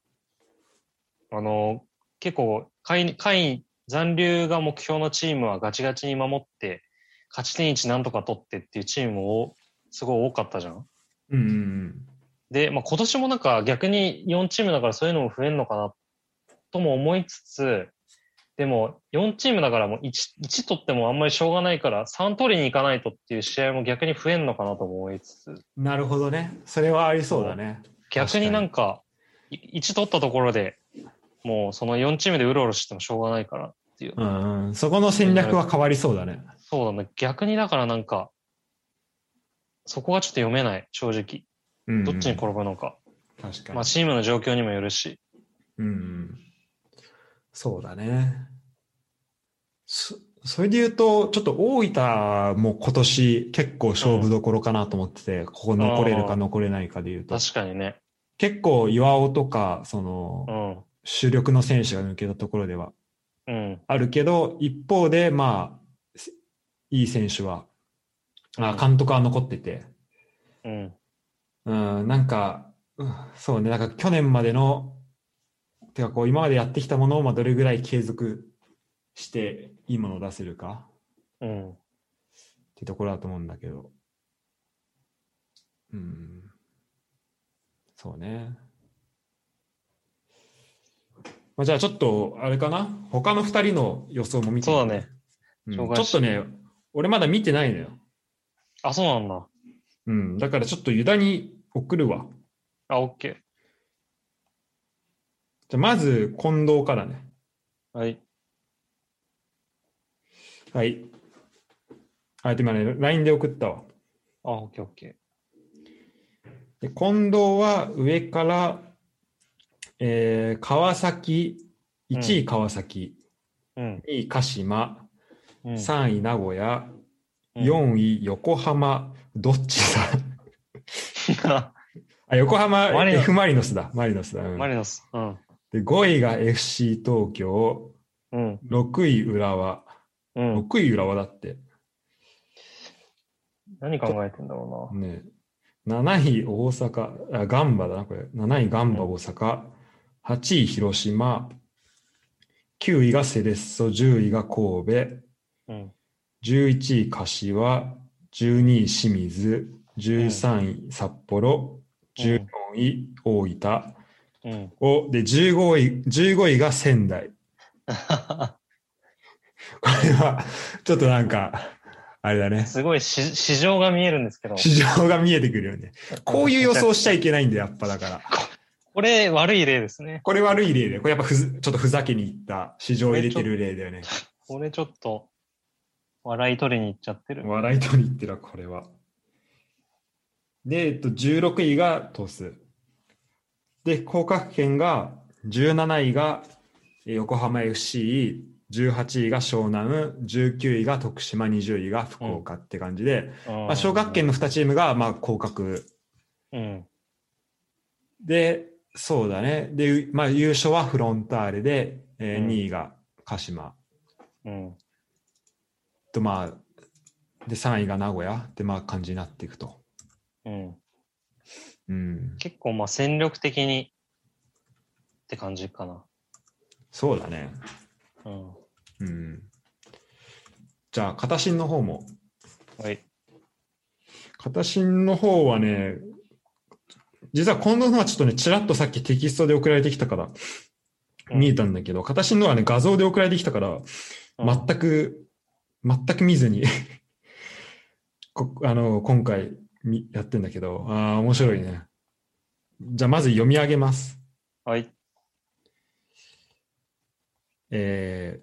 Speaker 2: あの、結構下位、下位残留が目標のチームはガチガチに守って、勝ち点1なんとか取ってっていうチームをすごい多かったじゃん。
Speaker 1: うん。うんうん
Speaker 2: で、まあ、今年もなんか逆に4チームだからそういうのも増えるのかなとも思いつつ、でも4チームだからもう 1, 1取ってもあんまりしょうがないから3取りに行かないとっていう試合も逆に増えるのかなとも思いつつ、
Speaker 1: うん。なるほどね。それはありそうだね。
Speaker 2: 逆になんか、い1取ったところでもうその4チームでうろうろしてもしょうがないからっていう。
Speaker 1: うん、うん。そこの戦略は変わりそうだね。
Speaker 2: そうだね。逆にだからなんか、そこがちょっと読めない、正直。
Speaker 1: うんうん
Speaker 2: どっちに転ぶのか。
Speaker 1: 確か
Speaker 2: まあ
Speaker 1: に。
Speaker 2: チームの状況にもよるし。
Speaker 1: うんうん。そうだね。そそれで言うと、ちょっと大分も今年結構勝負どころかなと思ってて、ここ残れる
Speaker 2: あ
Speaker 1: か
Speaker 2: ー
Speaker 1: 残れないかで言うと、
Speaker 2: 確かにね。
Speaker 1: 結構岩尾とか、その
Speaker 2: う、ん。
Speaker 1: 主力の選手が抜けたところでは
Speaker 2: うん。
Speaker 1: あるけど、一方で、まあ、すいい選手は、あ
Speaker 2: うん
Speaker 1: 監督は残ってて、
Speaker 2: うん。
Speaker 1: うん、なんか、うんそうね、なんか去年までの、てかこう、今までやってきたものを、まあ、どれぐらい継続して、いいものを出せるか
Speaker 2: うん。
Speaker 1: ってところだと思うんだけど、うん、そうね。まあ、じゃあちょっと、あれかな他の二人の予想も見てみ
Speaker 2: そうだね。
Speaker 1: うん
Speaker 2: 紹介
Speaker 1: ちょ
Speaker 2: し
Speaker 1: っとね、俺まだ見てないのよ。
Speaker 2: あ、そうなんだ。
Speaker 1: うん、だからちょっとユダに送るわ。
Speaker 2: あ、オッケ
Speaker 1: じゃあまず近藤からね。
Speaker 2: ー。はい。
Speaker 1: はい。あ、でもね、LINE で送ったわ。
Speaker 2: あ、オッケーオッケ
Speaker 1: で近藤は上から、えー川崎、1位川崎、
Speaker 2: ー。うん。
Speaker 1: 2位鹿島、
Speaker 2: うん
Speaker 1: 3位名古屋、
Speaker 2: うん
Speaker 1: 4位横浜、どっちだ
Speaker 2: マ
Speaker 1: あ、横浜
Speaker 2: マリノ
Speaker 1: F ・マリノスだ。マリノスだ。うん
Speaker 2: リノス。うん。
Speaker 1: で5位が FC 東京、
Speaker 2: うん。
Speaker 1: 6位浦和。
Speaker 2: うん。
Speaker 1: 6位浦和だって。
Speaker 2: 何考えてんだろ
Speaker 1: ね7位大阪、あガンバだな、これ。7位ガンバ大阪、8位広島、9位がセレッソ、10位が神戸、
Speaker 2: うな。うん。
Speaker 1: 11位柏、12位清水、13位札幌、14位大分、
Speaker 2: うん。
Speaker 1: おで15位、15位が仙台。これは、ちょっとなんか、あれだね。
Speaker 2: すごい市市場が見えるんですけど。
Speaker 1: 市場が見えてくるよね。こういう予想しちゃいけないんだよ、やっぱだから。
Speaker 2: これ悪い例ですね。
Speaker 1: これ悪い例で、これやっぱふずちょっとふざけにいった、市場を入れてる例だよね。
Speaker 2: これちょっと、笑い取りに行っちゃってる。
Speaker 1: 笑い取りってのはこれは。で、えっと、16位が鳥栖。で、降格圏が17位がえー横浜 FC、18位が湘南、19位が徳島、20位が福岡って感じで、
Speaker 2: ま
Speaker 1: まあ、昇格圏の2チームがまあ降格。
Speaker 2: うん。
Speaker 1: で、そうだね。で、うまあ、優勝はフロンターレで、え
Speaker 2: うん
Speaker 1: 2位が鹿島。
Speaker 2: うん。
Speaker 1: とまあで3位が名古屋ってまあ感じになっていくと。
Speaker 2: うん。
Speaker 1: うん、
Speaker 2: 結構、まあ、戦力的にって感じかな。
Speaker 1: そうだね。
Speaker 2: うん。
Speaker 1: うん、じゃあ片新の方も
Speaker 2: はい。
Speaker 1: 片新の方はね実は近藤のはちょっとねちらっとさっきテキストで送られてきたから
Speaker 2: うん
Speaker 1: 見えたんだけど、片新のはね画像で送られてきたから
Speaker 2: うん
Speaker 1: 全く、全く見ずに こあの今回みやってんだけどああ面白いね。じゃあまず読み上げます。
Speaker 2: はい。
Speaker 1: え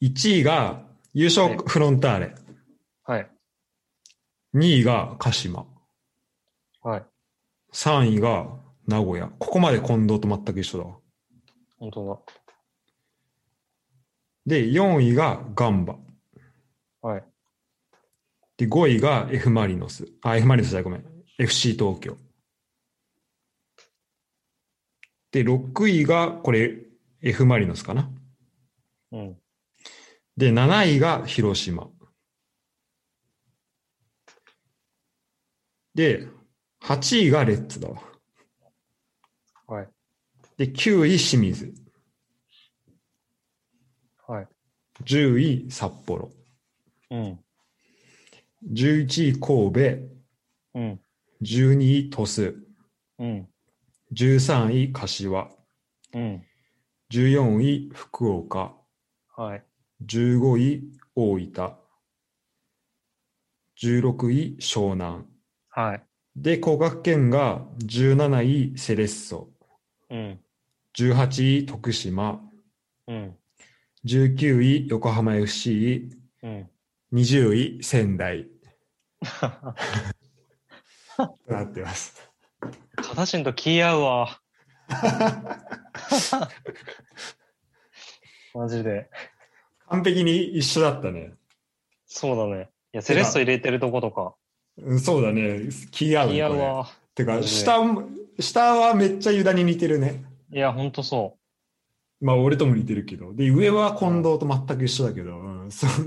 Speaker 1: ー、1位が優
Speaker 2: は
Speaker 1: 勝
Speaker 2: い
Speaker 1: フロンターレ、
Speaker 2: はい。
Speaker 1: 2位が鹿島、
Speaker 2: はい。
Speaker 1: 3位が名古屋。ここまで近藤と全く一緒だわ。
Speaker 2: 本当
Speaker 1: で、4位がガンバ。
Speaker 2: だ。はい。
Speaker 1: で、5位が F ・マリノス。あ、F ・マリノスじゃないごめん。FC 東京。で、6位が、これ、F ・マリノスかな。
Speaker 2: うん。
Speaker 1: で、7位が広島。で、8位がレッツだわ。
Speaker 2: はい。
Speaker 1: で、9位清水。
Speaker 2: はい。
Speaker 1: 10位札幌。
Speaker 2: うん。
Speaker 1: 11位神
Speaker 2: うん。
Speaker 1: 戸。12位鳥栖。
Speaker 2: うん。
Speaker 1: 13位柏。
Speaker 2: うん。
Speaker 1: 14位福岡。
Speaker 2: はい。
Speaker 1: 15位大分。16位湘南。
Speaker 2: はい。
Speaker 1: で、降格圏が17位セレッソ。
Speaker 2: うん。
Speaker 1: 18位徳島。
Speaker 2: うん。
Speaker 1: 19位横浜 FC。
Speaker 2: うん。
Speaker 1: 20位仙台。となってます。
Speaker 2: 片心と気合うわ。マジで。
Speaker 1: 完璧に一緒だったね。
Speaker 2: そうだね。いや、セレッソ入れてるとことか。
Speaker 1: うんそうだね。気合うね
Speaker 2: 気合う
Speaker 1: これ
Speaker 2: わ。
Speaker 1: てか、
Speaker 2: マジで
Speaker 1: 下も、下はめっちゃユダに似てるね。
Speaker 2: いや、ほんとそ
Speaker 1: まあ、俺とも似てるけど。で、上は近藤と全く一緒だけど。うん、そう。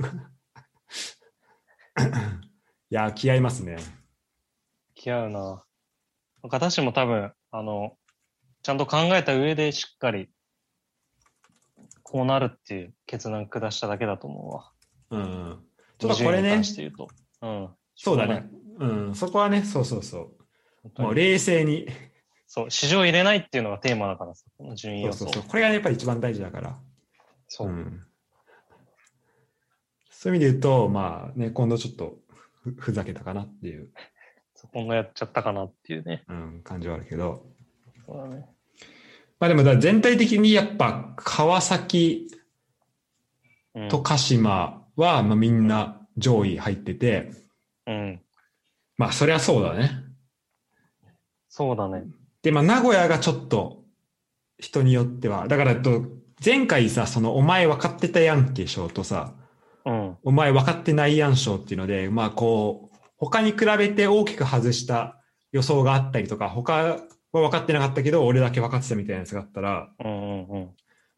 Speaker 1: いや、気合いますね。
Speaker 2: う。気合うな。片心も多分、あの、ちゃんと考えた上でしっかり、こうなるっていう決断下しただけだと思うわ。
Speaker 1: うん。ちょっとこれ
Speaker 2: 20に
Speaker 1: ね
Speaker 2: 関し、て言うと。うん。
Speaker 1: そうだね。うん、そこはね、そうそうそう。
Speaker 2: 本当に
Speaker 1: もう冷静に。
Speaker 2: そう、市場入れないっていうのがテーマだからさ、この順
Speaker 1: そ
Speaker 2: 位予
Speaker 1: う
Speaker 2: 想。
Speaker 1: そうそう。これがねやっぱり一番大事だから。
Speaker 2: そう
Speaker 1: うんそういう意味で言うと、まあね、今度ちょっとふふざけたかなっていう、
Speaker 2: そうこんなやっちゃったかなっていうね。
Speaker 1: うん、感じはあるけど。
Speaker 2: そうだね。
Speaker 1: まあでもだから全体的にやっぱ川崎
Speaker 2: うん
Speaker 1: と鹿島はまあみんな上位入ってて、
Speaker 2: うん。
Speaker 1: まあそりゃそうだね。
Speaker 2: そうだね。
Speaker 1: で、まあ名古屋がちょっと人によっては、だからえっと前回さ、その、お前分かってたやんけ賞とさ、
Speaker 2: うん。
Speaker 1: お前分かってないやん賞っていうので、まあこう、他に比べて大きく外した予想があったりとか、他は分かってなかったけど、俺だけ分かってたみたいなやつがあったら、
Speaker 2: うんうんうん。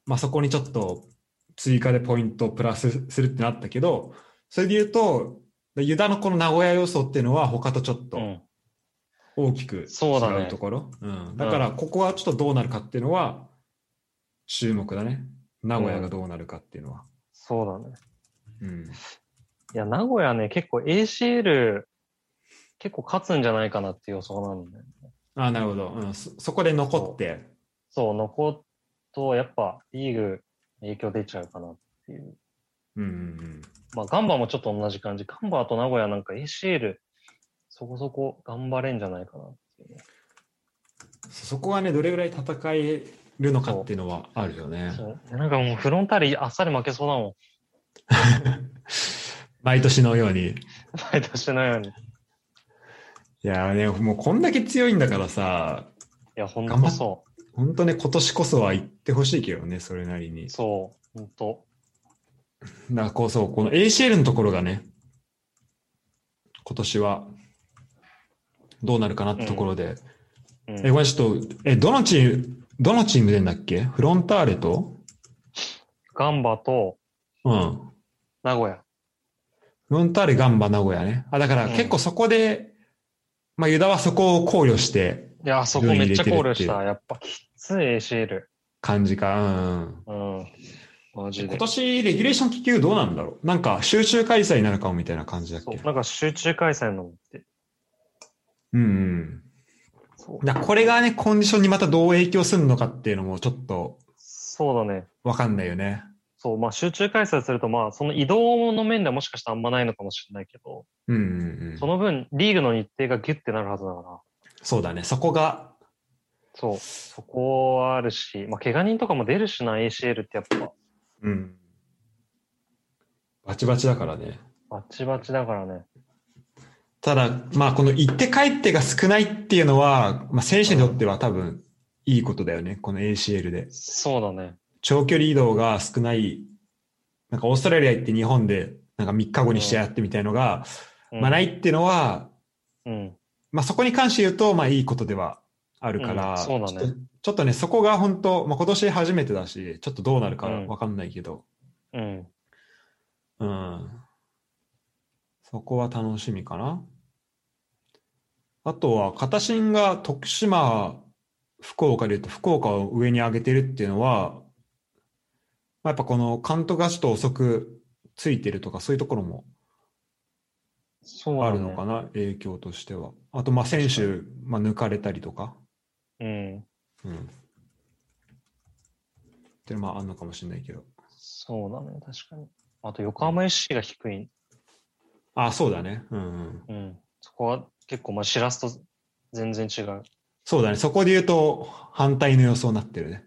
Speaker 1: まあそこにちょっと追加でポイントをプラスするってなったけど、それで言うと、ユダのこの名古屋予想っていうのは他とちょっ
Speaker 2: う
Speaker 1: と
Speaker 2: ん、
Speaker 1: 大きく違う
Speaker 2: そうだね
Speaker 1: ところ。うん、だからここはちょっとどうなるかっていうのは注目だね。名古屋がどうなるかっていうのは。
Speaker 2: そうだね。
Speaker 1: うん。
Speaker 2: いや、名古屋ね、結構 ACL、結構勝つんじゃないかなっていう予想なんだよね。
Speaker 1: ああ、なるほど、うんそ。そこで残って。
Speaker 2: そう、残っと、やっぱリーグ影響出ちゃうかなっていう。
Speaker 1: うんうんうん。
Speaker 2: まあ、ガンバもちょっと同じ感じ。ガンバと名古屋なんか ACL、そこそこ頑張れんじゃないかなっていうね、
Speaker 1: そこはね、どれぐらい戦えるのかっていうのはあるよね。
Speaker 2: そうなんかもうフロンターレあっさり負けそうだもん。
Speaker 1: 毎年のように。
Speaker 2: 毎年のように。い
Speaker 1: いやーね、もうこんだけ強いんだからさ、
Speaker 2: や、ほんとそ
Speaker 1: 本当ね、今年こそは行ってほしいけどね、それなりに
Speaker 2: う。。そう、ほんと。
Speaker 1: だからこうそう、この ACL のところがね、今年はどうなるかなってところで。
Speaker 2: う
Speaker 1: え、
Speaker 2: ん、
Speaker 1: これちょっと、え、どのチーム、どのチーム出んだっけフロンターレと
Speaker 2: ガンバと
Speaker 1: うん。
Speaker 2: 名古屋。
Speaker 1: フロンターレ、ガンバ、名古屋ね。あ、だから
Speaker 2: うん
Speaker 1: 結構そこで、まあ、ユダはそこを考慮して
Speaker 2: いや、そこめっちゃ考慮した。やっぱきつい ACL。
Speaker 1: 感じか。うんうん。
Speaker 2: うん。マジ
Speaker 1: 今
Speaker 2: で。
Speaker 1: 年、レギュレーション結局どうなんだろうなんか、集中開催になるかもみたいな感じだっ
Speaker 2: そう
Speaker 1: け
Speaker 2: なんか集中開催のって。
Speaker 1: うんうん。
Speaker 2: そう
Speaker 1: だからこれがね、コンディションにまたどう影響するのかっていうのもちょっと
Speaker 2: そうだね。
Speaker 1: わかんないよね。
Speaker 2: そう、まあ集中開催すると、まあその移動の面ではもしかしたらあんまないのかもしれないけど、
Speaker 1: うんうんうん。
Speaker 2: そ
Speaker 1: そ
Speaker 2: の分リーグの日程がギュッてなるはずだから、
Speaker 1: うだね。そこが、
Speaker 2: そう、そこはあるし、まあ怪我人とかも出るしな、ACL ってやっぱ、
Speaker 1: うん。バチバチだからね。
Speaker 2: バチバチだからね。
Speaker 1: ただ、まあ、この行って帰ってが少ないっていうのは、まあ、選手にとっては多分いいことだよね。この ACL で。
Speaker 2: そうだね。
Speaker 1: 長距離移動が少ない、なんかオーストラリア行って日本で、なんか3日後に試合やってみたいのが、
Speaker 2: うん
Speaker 1: まあ、ないっていうのは、
Speaker 2: うん。
Speaker 1: まあ、そこに関して言うと、まあ、いいことではあるから、
Speaker 2: うんそうだ
Speaker 1: ち
Speaker 2: ね
Speaker 1: ょっとちょっとね、そこが本当、まあ、今年初めてだし、ちょっとどうなるか
Speaker 2: うん
Speaker 1: わかんないけど、
Speaker 2: うん。
Speaker 1: うん。そこは楽しみかな。あとは、片新が徳島、福岡で言うと、福岡を上に上げてるっていうのは、まあ、やっぱこの監督がちょっと遅くついてるとか、そういうところも
Speaker 2: そう
Speaker 1: あ
Speaker 2: だね
Speaker 1: るのかな、影響としては。あと、まあ、選手、まあ、抜かれたりとか。
Speaker 2: うん。
Speaker 1: うん。っていうのはまああんのかもしれないけど。
Speaker 2: そうだね、確かに。あと横浜 FC が低い。
Speaker 1: あ、そうだね。うん、うん。
Speaker 2: うん。そこは結構、まあ知らすと全然違う。
Speaker 1: そうだね。そこで言うと反対の予想になってるね。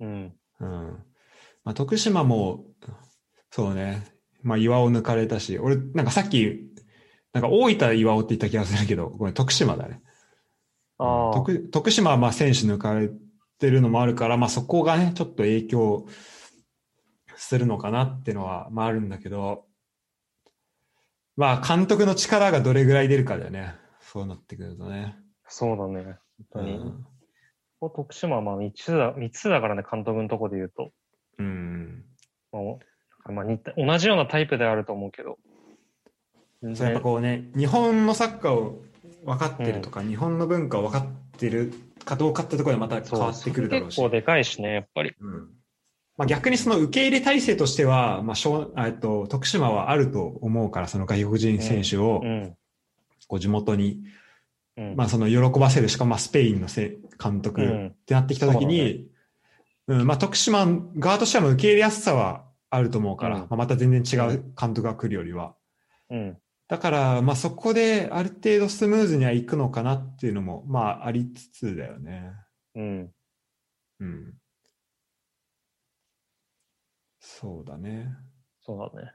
Speaker 2: うん。
Speaker 1: うん。まあ、徳島も、そうね。まあ、岩を抜かれたし、俺、なんかさっき、なんか大分岩尾って言った気がするけど、ごめん、徳島だね。
Speaker 2: ああ。
Speaker 1: 徳徳島はまあ選手抜かれてるのもあるから、まあ、そこがね、ちょっと影響するのかなっていうのは、まあ、あるんだけど、まあ、監督の力がどれぐらい出るかだよね。そうなってくるとね。
Speaker 2: そうだね。
Speaker 1: う
Speaker 2: 本当に。
Speaker 1: ん。
Speaker 2: ここ徳島はまあ3つだ、三つだからね、監督のとこで言うと。
Speaker 1: うん、
Speaker 2: まあおまあ、似た同じようなタイプではあると思うけど。全
Speaker 1: そうやっ
Speaker 2: 然
Speaker 1: ぱこうね、日本のサッカーを分かってるとか、日本の文化を分かってるかどうかってところでまた変わってくるだろうし。
Speaker 2: 結構でかいしね、やっぱり。
Speaker 1: うんまあ、逆にその受け入れ体制としては、まあ、しょうあえっと徳島はあると思うから、その外国人選手を
Speaker 2: うん。
Speaker 1: こう地元に、
Speaker 2: うん。
Speaker 1: まあ、その喜ばせる、しかもまあスペインのせ監督
Speaker 2: う
Speaker 1: っ
Speaker 2: ん
Speaker 1: てなってきたときに、うんまあ、徳島側としてはもう受け入れやすさはあると思うから、
Speaker 2: うん
Speaker 1: まあ、また全然違う監督が来るよりは。
Speaker 2: うん。
Speaker 1: だから、まあ、そこである程度スムーズにはいくのかなっていうのも、まあ、ありつつだよね。
Speaker 2: うん。
Speaker 1: うん。そうだね。
Speaker 2: そうだね。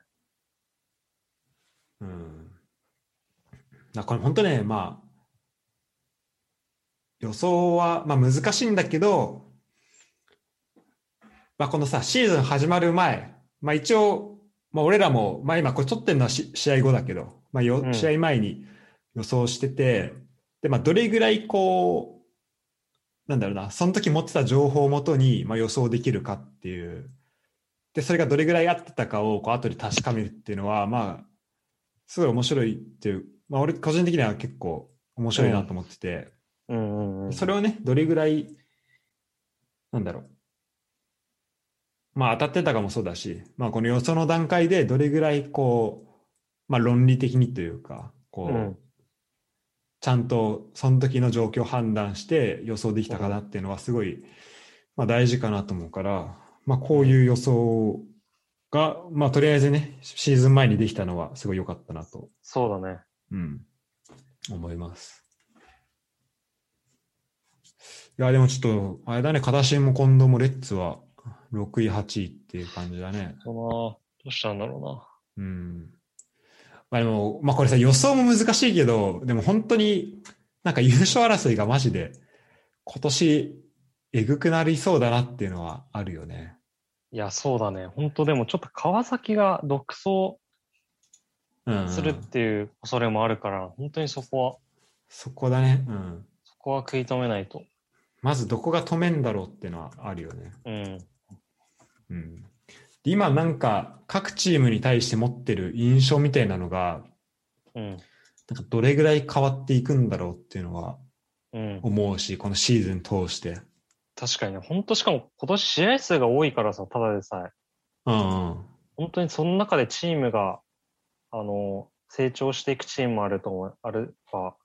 Speaker 1: うん。なこれ本当ね、まあ、予想は、まあ難しいんだけど、まあ、このさ、シーズン始まる前、まあ、一応、まあ、俺らも、まあ、今、これ撮ってるのはし試合後だけど、まあよ
Speaker 2: うん
Speaker 1: 試合前に予想してて、で、まあ、どれぐらい、こう、なんだろうな、その時持ってた情報をもとに、まあ、予想できるかっていう、で、それがどれぐらい合ってたかを、こう、後で確かめるっていうのは、まあ、すごい面白いっていう、まあ、俺、個人的には結構面白いなと思ってて、
Speaker 2: うんうんうん。
Speaker 1: それをね、どれぐらい、なんだろう。まあ当たってたかもそうだし、まあこの予想の段階でどれぐらいこう、まあ論理的にというか、こう、
Speaker 2: うん
Speaker 1: ちゃんとその時の状況を判断して予想できたかなっていうのはすごい、まあ大事かなと思うから、まあこういう予想が、まあとりあえずね、シーズン前にできたのはすごい良かったなと、
Speaker 2: そうだね。
Speaker 1: うん、思います。いや、でもちょっと、あれだね、片新も近藤もレッツは6位、8位っていう感じだね。
Speaker 2: そのどうしたんだろ
Speaker 1: うん。まあでも、まあこれさ、予想も難しいけど、でも本当になんか優勝争いがマジで今年えぐくなりそうだなっていうのはあるよね。
Speaker 2: うな。いや、そうだね。本当でもちょっと川崎が独走
Speaker 1: うん。
Speaker 2: するっていう恐れもあるから、本当にそこは、
Speaker 1: そこだね。うん。
Speaker 2: そこは食い止めないと。
Speaker 1: まずどこが止めんだろうっていうのはあるよね。
Speaker 2: うん。
Speaker 1: うん、で今なんか各チームに対して持ってる印象みたいなのが
Speaker 2: うん。
Speaker 1: なんかどれぐらい変わっていくんだろうっていうのは
Speaker 2: うん。
Speaker 1: 思うしこのシーズン通して。
Speaker 2: 確かにね。本当しかも今年試合数が多いからさ、ただでさえ。
Speaker 1: うんうん、
Speaker 2: 本当にその中でチームが、あの、成長していくチームもあると思う。あるば、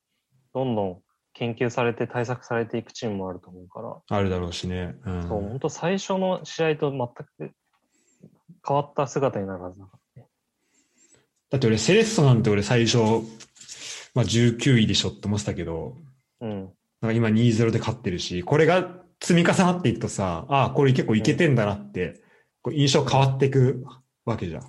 Speaker 2: どんどん研究されて対策されていくチームもあると思うから。
Speaker 1: あるだろうしね。うん、
Speaker 2: そう、本当最初の試合と全く変わった姿になるはずだからね。
Speaker 1: だって俺セレッソなんて俺最初、まあ、19位でしょって思ってたけど
Speaker 2: うん。
Speaker 1: なんか今2-0で勝ってるしこれが積み重なっていくとさああこれ結構いけてんだなって、こう印象変わっていくわけじゃん。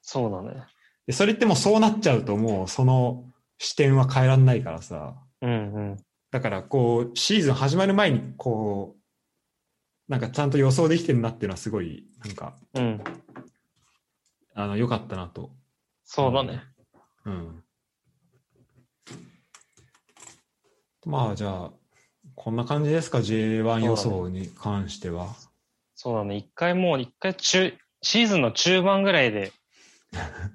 Speaker 2: そうだね。
Speaker 1: でそれってもうそうなっちゃうともうその視点は変えらんないからさ
Speaker 2: うんうん。
Speaker 1: だからこうシーズン始まる前にこうなんかちゃんと予想できてるなっていうのはすごいなんか
Speaker 2: うん。
Speaker 1: あの良かったなと、
Speaker 2: そうだね。
Speaker 1: うん、まあじゃあこんな感じですか J1 予想に関しては、
Speaker 2: そうだね。一回もう、一回中、シーズンの中盤ぐら いで、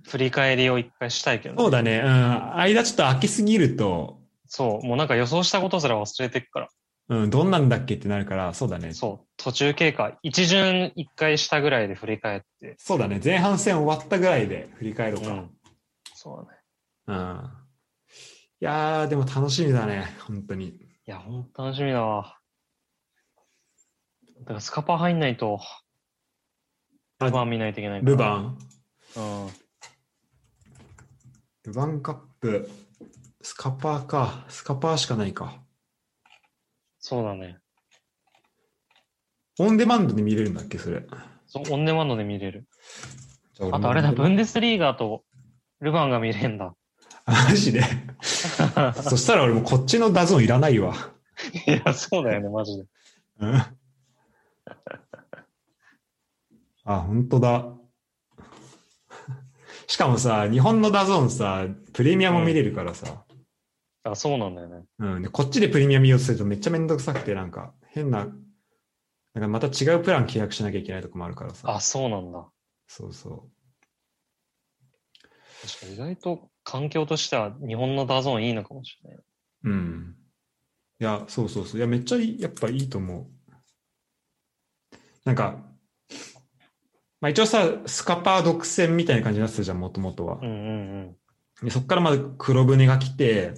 Speaker 2: 振り返りを一回したいけど、
Speaker 1: そうだね、うん、間ちょっと空きすぎると、
Speaker 2: そう。もうなんか予想したことすら忘れてくから。
Speaker 1: うん、どんなんだっけってなるからそうだね
Speaker 2: そう。途中経過、一巡一回したぐらいで振り返って。
Speaker 1: そうだね前半戦終わったぐらいで振り返ろう
Speaker 2: う
Speaker 1: か、
Speaker 2: ん。そうだね。
Speaker 1: うんいやー、でも楽しみだね、本当に。
Speaker 2: いや、ほんと楽しみだわ。だからスカパー入んないと、
Speaker 1: あ
Speaker 2: ルバン見ないといけないから。
Speaker 1: ルバン、
Speaker 2: ン。うん。
Speaker 1: ルバンカップ、スカパーか、スカパーしかないか。
Speaker 2: そうだね。
Speaker 1: オンデマンドで見れるんだっけ、それ。
Speaker 2: そうオンデマンドで見れる。
Speaker 1: じゃ俺
Speaker 2: あ
Speaker 1: も
Speaker 2: とあれだ、
Speaker 1: オンデ
Speaker 2: ブンデスリーガーとルヴァンが見れんだ。
Speaker 1: マジで。そしたら俺もこっちのダゾーンいらないわ。
Speaker 2: いや、そうだよね、マジで。
Speaker 1: うんあ、本当だ。 しかもさ、日本のダゾーンさ、プレミアも見れるからさ。
Speaker 2: あ、そうなんだよね。
Speaker 1: うん、でこっちでプレミアム見ようとするとめっちゃめんどくさくて、なんか変な、なんかまた違うプラン契約しなきゃいけないとこもあるからさ。
Speaker 2: あ、そうなんだ。
Speaker 1: そうそ
Speaker 2: 確かに意外と環境としては日本のダゾーンいいのかもしれない。
Speaker 1: う。うん。いや、そうそうそう。いや、めっちゃいい、やっぱいいと思う。なんか、まあ一応さ、スカパー独占みたいな感じになってたじゃん、もともとは
Speaker 2: う。んうん
Speaker 1: でそっからまず黒船が来て、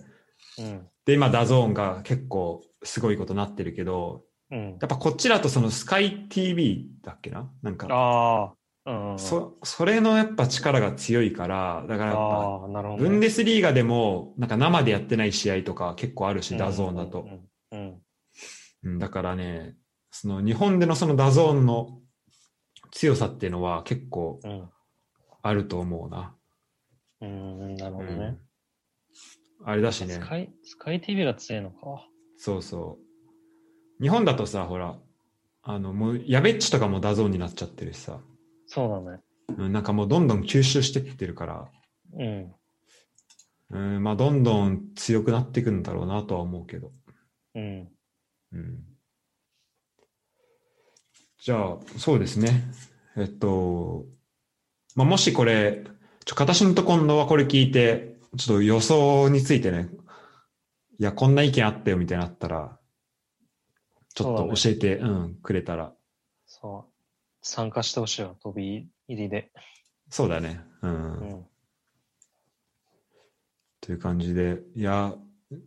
Speaker 2: うん。うん。
Speaker 1: で、今ダゾーンが結構すごいことになってるけど、
Speaker 2: うん。
Speaker 1: やっぱこっちだとそのスカイ TV だっけななんか。
Speaker 2: ああ。うんうん。
Speaker 1: そそれのやっぱ力が強いから、だからやっぱ、
Speaker 2: ああ、なるほどね。
Speaker 1: ブンデスリーガでも、なんか生でやってない試合とか結構あるし、ダゾーンだと。
Speaker 2: うんうんうん。うん
Speaker 1: うんだからね、その日本でのそのダゾーンの強さっていうのは結構
Speaker 2: うん
Speaker 1: あると思うな。
Speaker 2: うん、なるほど
Speaker 1: う
Speaker 2: ね
Speaker 1: ん。あれだしね
Speaker 2: ス、カイ、スカイ TV が強いのか。
Speaker 1: そうそう。日本だとさ、ほら、あの、もう、やべっちとかもダゾーンになっちゃってるしさ、
Speaker 2: そうだね。
Speaker 1: うん、なんかもうどんどん吸収してってるから、
Speaker 2: うん。
Speaker 1: うん、まあ、どんどん強くなっていくんだろうなとは思うけど。
Speaker 2: うん。
Speaker 1: うん。じゃあ、そうですね。えっと、まあ、もしこれ、ちょ、私のと今度はこれ聞いて、ちょっと予想についてね、いや、こんな意見あったよみたいなのあったら、ちょっ
Speaker 2: そうだ
Speaker 1: と
Speaker 2: ね
Speaker 1: 教えて、うん、くれたら。
Speaker 2: そう。参加してほしいわ、飛び入りで。
Speaker 1: そうだね。うん。
Speaker 2: うん。
Speaker 1: という感じで、いや、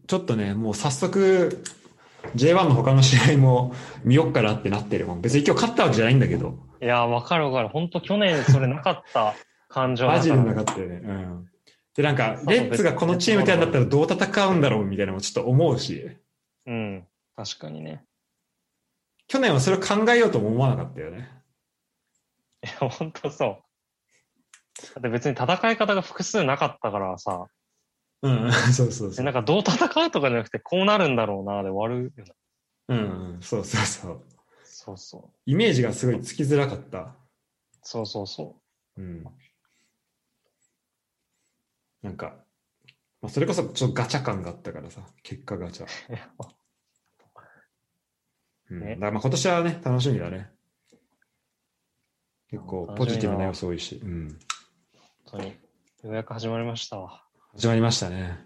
Speaker 1: ちょっとね、もう早速、J1 の他の試合も見よっかなってなってるもん。別に今日勝ったわけじゃないんだけど、
Speaker 2: いやー、わかるわかる。本当去年それなかった感情
Speaker 1: マジでな
Speaker 2: か
Speaker 1: か
Speaker 2: っ
Speaker 1: ったよね。うん。で、なんか、レッツがこのチームってやんだったらどう戦うんだろうみたいなのもちょっと思うし、
Speaker 2: た。うん。確かにね。
Speaker 1: 去年はそれを考えようとも思わなかったよね。
Speaker 2: いや、本当そう。だって別に戦い方が複数なかったからさ、
Speaker 1: うん、 そうそう
Speaker 2: で
Speaker 1: そう。
Speaker 2: なんかどう戦うとかじゃなくて、こうなるんだろうな、で終わるよね。
Speaker 1: うん、そうそうそう。
Speaker 2: そうそう。
Speaker 1: イメージがすごいつきづらかった。
Speaker 2: そうそうそ
Speaker 1: うん。なんか、まあ、それこそちょっとガチャ感があったからさ、結果ガチャ。
Speaker 2: う。いや
Speaker 1: うん、
Speaker 2: ね
Speaker 1: だからまあ今年はね、楽しみだね。結構ポジティブな要素多いし、うん。
Speaker 2: 本当に。ようやく始まりましたわ。
Speaker 1: 始まりましたね。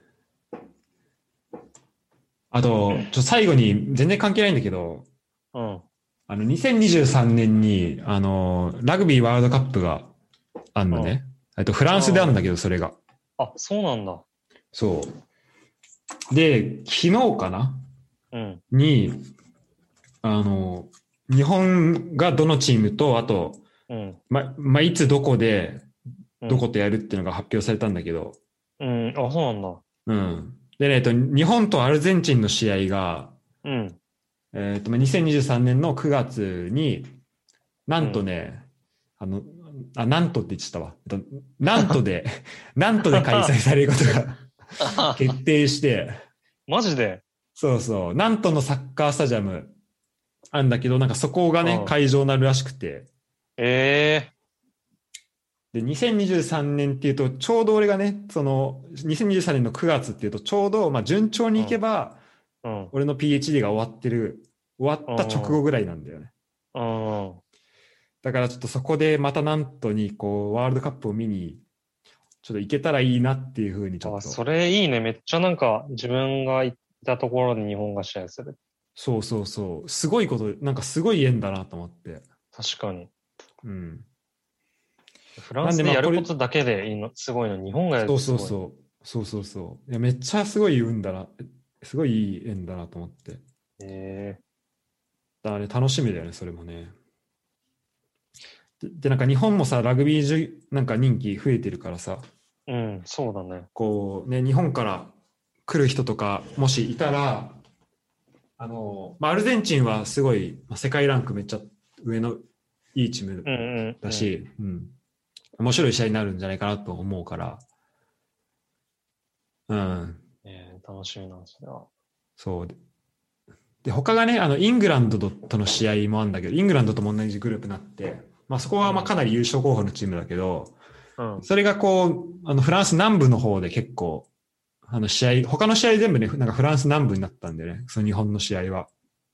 Speaker 1: あと、ちょっと最後に全然関係ないんだけど、
Speaker 2: うん。
Speaker 1: あの、2023年に、あの、ラグビーワールドカップがあんのね。えっと、フランスであるんだけど、それが。
Speaker 2: あ、そうなんだ。
Speaker 1: そう。で、昨日かな
Speaker 2: うん。
Speaker 1: に、あの、日本がどのチームと、あと、
Speaker 2: うん。
Speaker 1: ま、まあ、いつどこで、
Speaker 2: うん
Speaker 1: どことやるっていうのが発表されたんだけど、
Speaker 2: うん。あ、そうなんだ。
Speaker 1: うん。でね、えっと、日本とアルゼンチンの試合が、
Speaker 2: うん。
Speaker 1: えっと、まあ2023年の9月に、なんとね、あの、あ、なんとって言っちゃったわ。えっとなんとで、 なんとで開催されることが 決定して、
Speaker 2: マジで
Speaker 1: そうそう、なんとのサッカースタジアム、あんだけど、なんかそこが
Speaker 2: う
Speaker 1: ね
Speaker 2: ん、
Speaker 1: 会場になるらしくて、
Speaker 2: え
Speaker 1: で、2023年っていうと、ちょうど俺がね、その、2023年の9月っていうと、ちょうど、まあ、順調にいけば、
Speaker 2: えー。
Speaker 1: 俺の PhD が終わってる、終わった直後ぐらいなんだよね。
Speaker 2: うん。うん。
Speaker 1: だからちょっとそこでまたなんとに、こう、ワールドカップを見に、ちょっと行けたらいいなっていうふうにちょ
Speaker 2: あ、
Speaker 1: っと。
Speaker 2: それいいね。めっちゃなんか自分が行ったところに日本が試合する。
Speaker 1: そうそうそう。すごいこと、なんかすごい縁だなと思って。
Speaker 2: 確かに。
Speaker 1: うん。
Speaker 2: フランスでやることだけでいいの、すごいの。日本がやる
Speaker 1: そ
Speaker 2: と
Speaker 1: う
Speaker 2: す
Speaker 1: そ
Speaker 2: ごいう
Speaker 1: そう。そうそうそう。いや、めっちゃすごい運だな。すごいいい縁だなと思って。
Speaker 2: え
Speaker 1: だからね、楽しみだよね、それもね。で、でなんか日本もさ、ラグビーじゅなんか人気増えてるからさ、
Speaker 2: えうん、そうだね。
Speaker 1: こうね、日本から来る人とか、もしいたら、あの、まあ、アルゼンチンはすごい、まあ、世界ランクめっちゃ上のいいチーム
Speaker 2: うんうん、うん。
Speaker 1: だし、うん、面白い試合になるんじゃないかなと思うから、うん、
Speaker 2: ええ楽しみなんですよ。
Speaker 1: そうで。で、他がね、あの、イングランドとの試合もあるんだけど、イングランドとも同じグループになって、まあそこはまあかなり優勝候補のチームだけど、
Speaker 2: うん。
Speaker 1: それがこう、あの、フランス南部の方で結構、あの試合、他の試合全部ね、なんかフランス南部になったんだよね、その日本の試合は。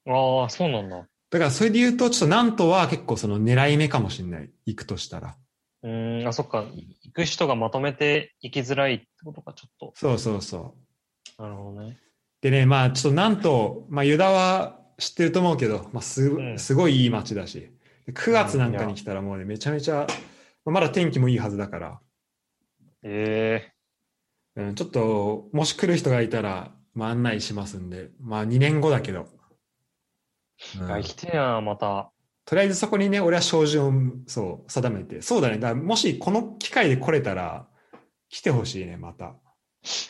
Speaker 2: ああ、そうなんだ。
Speaker 1: だからそれで言うと、ちょっとなんとは結構その狙い目かもしれない、行くとしたら。
Speaker 2: うーん、あ、そっか。行く人がまとめて行きづらいってことか、ちょっ
Speaker 1: そうそうそう。
Speaker 2: と。なるほどね。
Speaker 1: でね、まあちょっとなんと、まあユダは知ってると思うけど、まあす,、
Speaker 2: うん
Speaker 1: すごいいい街だし、で9月なんかに来たらもうね、めちゃめちゃ、まあまだ天気もいいはずだから、
Speaker 2: え
Speaker 1: うん、ちょっと、もし来る人がいたら、まあ案内しますんで、まあ2年後だけど。う
Speaker 2: え
Speaker 1: ん
Speaker 2: あ、行きてえな、また。
Speaker 1: とりあえずそこにね、俺は照準をそう定めて、そうだね、だからもしこの機会で来れたら、来てほしいね、また。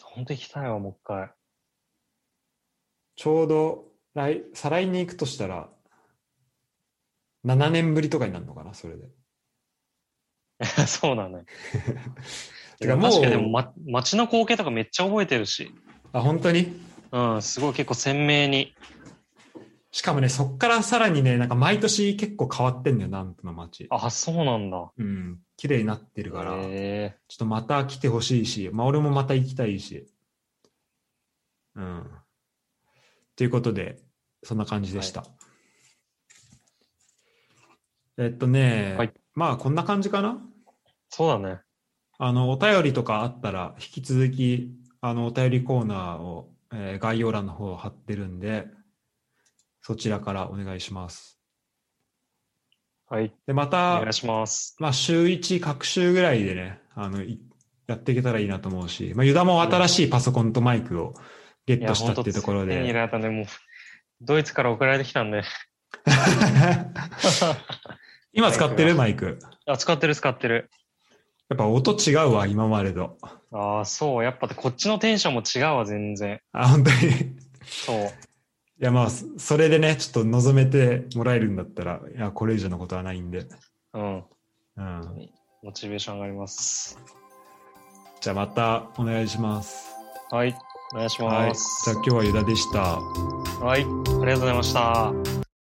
Speaker 2: 本当行きたいわ、もう一回。
Speaker 1: ちょうど来、再来に行くとしたら、7年ぶりとかになるのかな、それで。
Speaker 2: そうだね。
Speaker 1: てかもう
Speaker 2: 確かにでも、ま、街の光景とかめっちゃ覚えてるし。
Speaker 1: あ、本当に
Speaker 2: うん、すごい結構鮮明に。
Speaker 1: しかもね、そっからさらにね、なんか毎年結構変わってんだよ、南部の街。
Speaker 2: あ、そうなんだ。
Speaker 1: うん。綺麗になってるから、ちょ
Speaker 2: へ
Speaker 1: っとまた来てほしいし、まあ俺もまた行きたいし。うん。ということで、そんな感じでした。えっとね、
Speaker 2: はい
Speaker 1: まあこんな感じかな
Speaker 2: そうだね。
Speaker 1: あの、お便りとかあったら、引き続き、あの、お便りコーナーを、えー概要欄の方を貼ってるんで、そちらからお願いします。
Speaker 2: はい。
Speaker 1: で、ま
Speaker 2: お
Speaker 1: た
Speaker 2: 願い、します。
Speaker 1: まあ、週1、各週ぐらいでね、あの、いやっていけたらいいなと思うし、まあ、ユダも新しいパソコンとマイクをゲ
Speaker 2: い
Speaker 1: ットした
Speaker 2: ほん
Speaker 1: っていうところ
Speaker 2: 手に入
Speaker 1: で、
Speaker 2: れられたね。もう、ドイツから送られてきたんで。
Speaker 1: 今使ってるマイク。
Speaker 2: あ、使ってる使ってる。
Speaker 1: やっぱ音違うわ、今までと。
Speaker 2: ああ、そう。やっぱこっちのテンションも違うわ、全然。
Speaker 1: あ、本当に。
Speaker 2: そう。
Speaker 1: いやまあそそれでねちょっと望めてもらえるんだったらいやこれ以上のことはないんで、
Speaker 2: うん。
Speaker 1: うん、
Speaker 2: モチベーション上がります。
Speaker 1: じゃあまたお願いします
Speaker 2: はい。お願いし
Speaker 1: はいじゃ
Speaker 2: ま
Speaker 1: あ
Speaker 2: す。
Speaker 1: 今日はユダでした
Speaker 2: はい。ありがとうございました。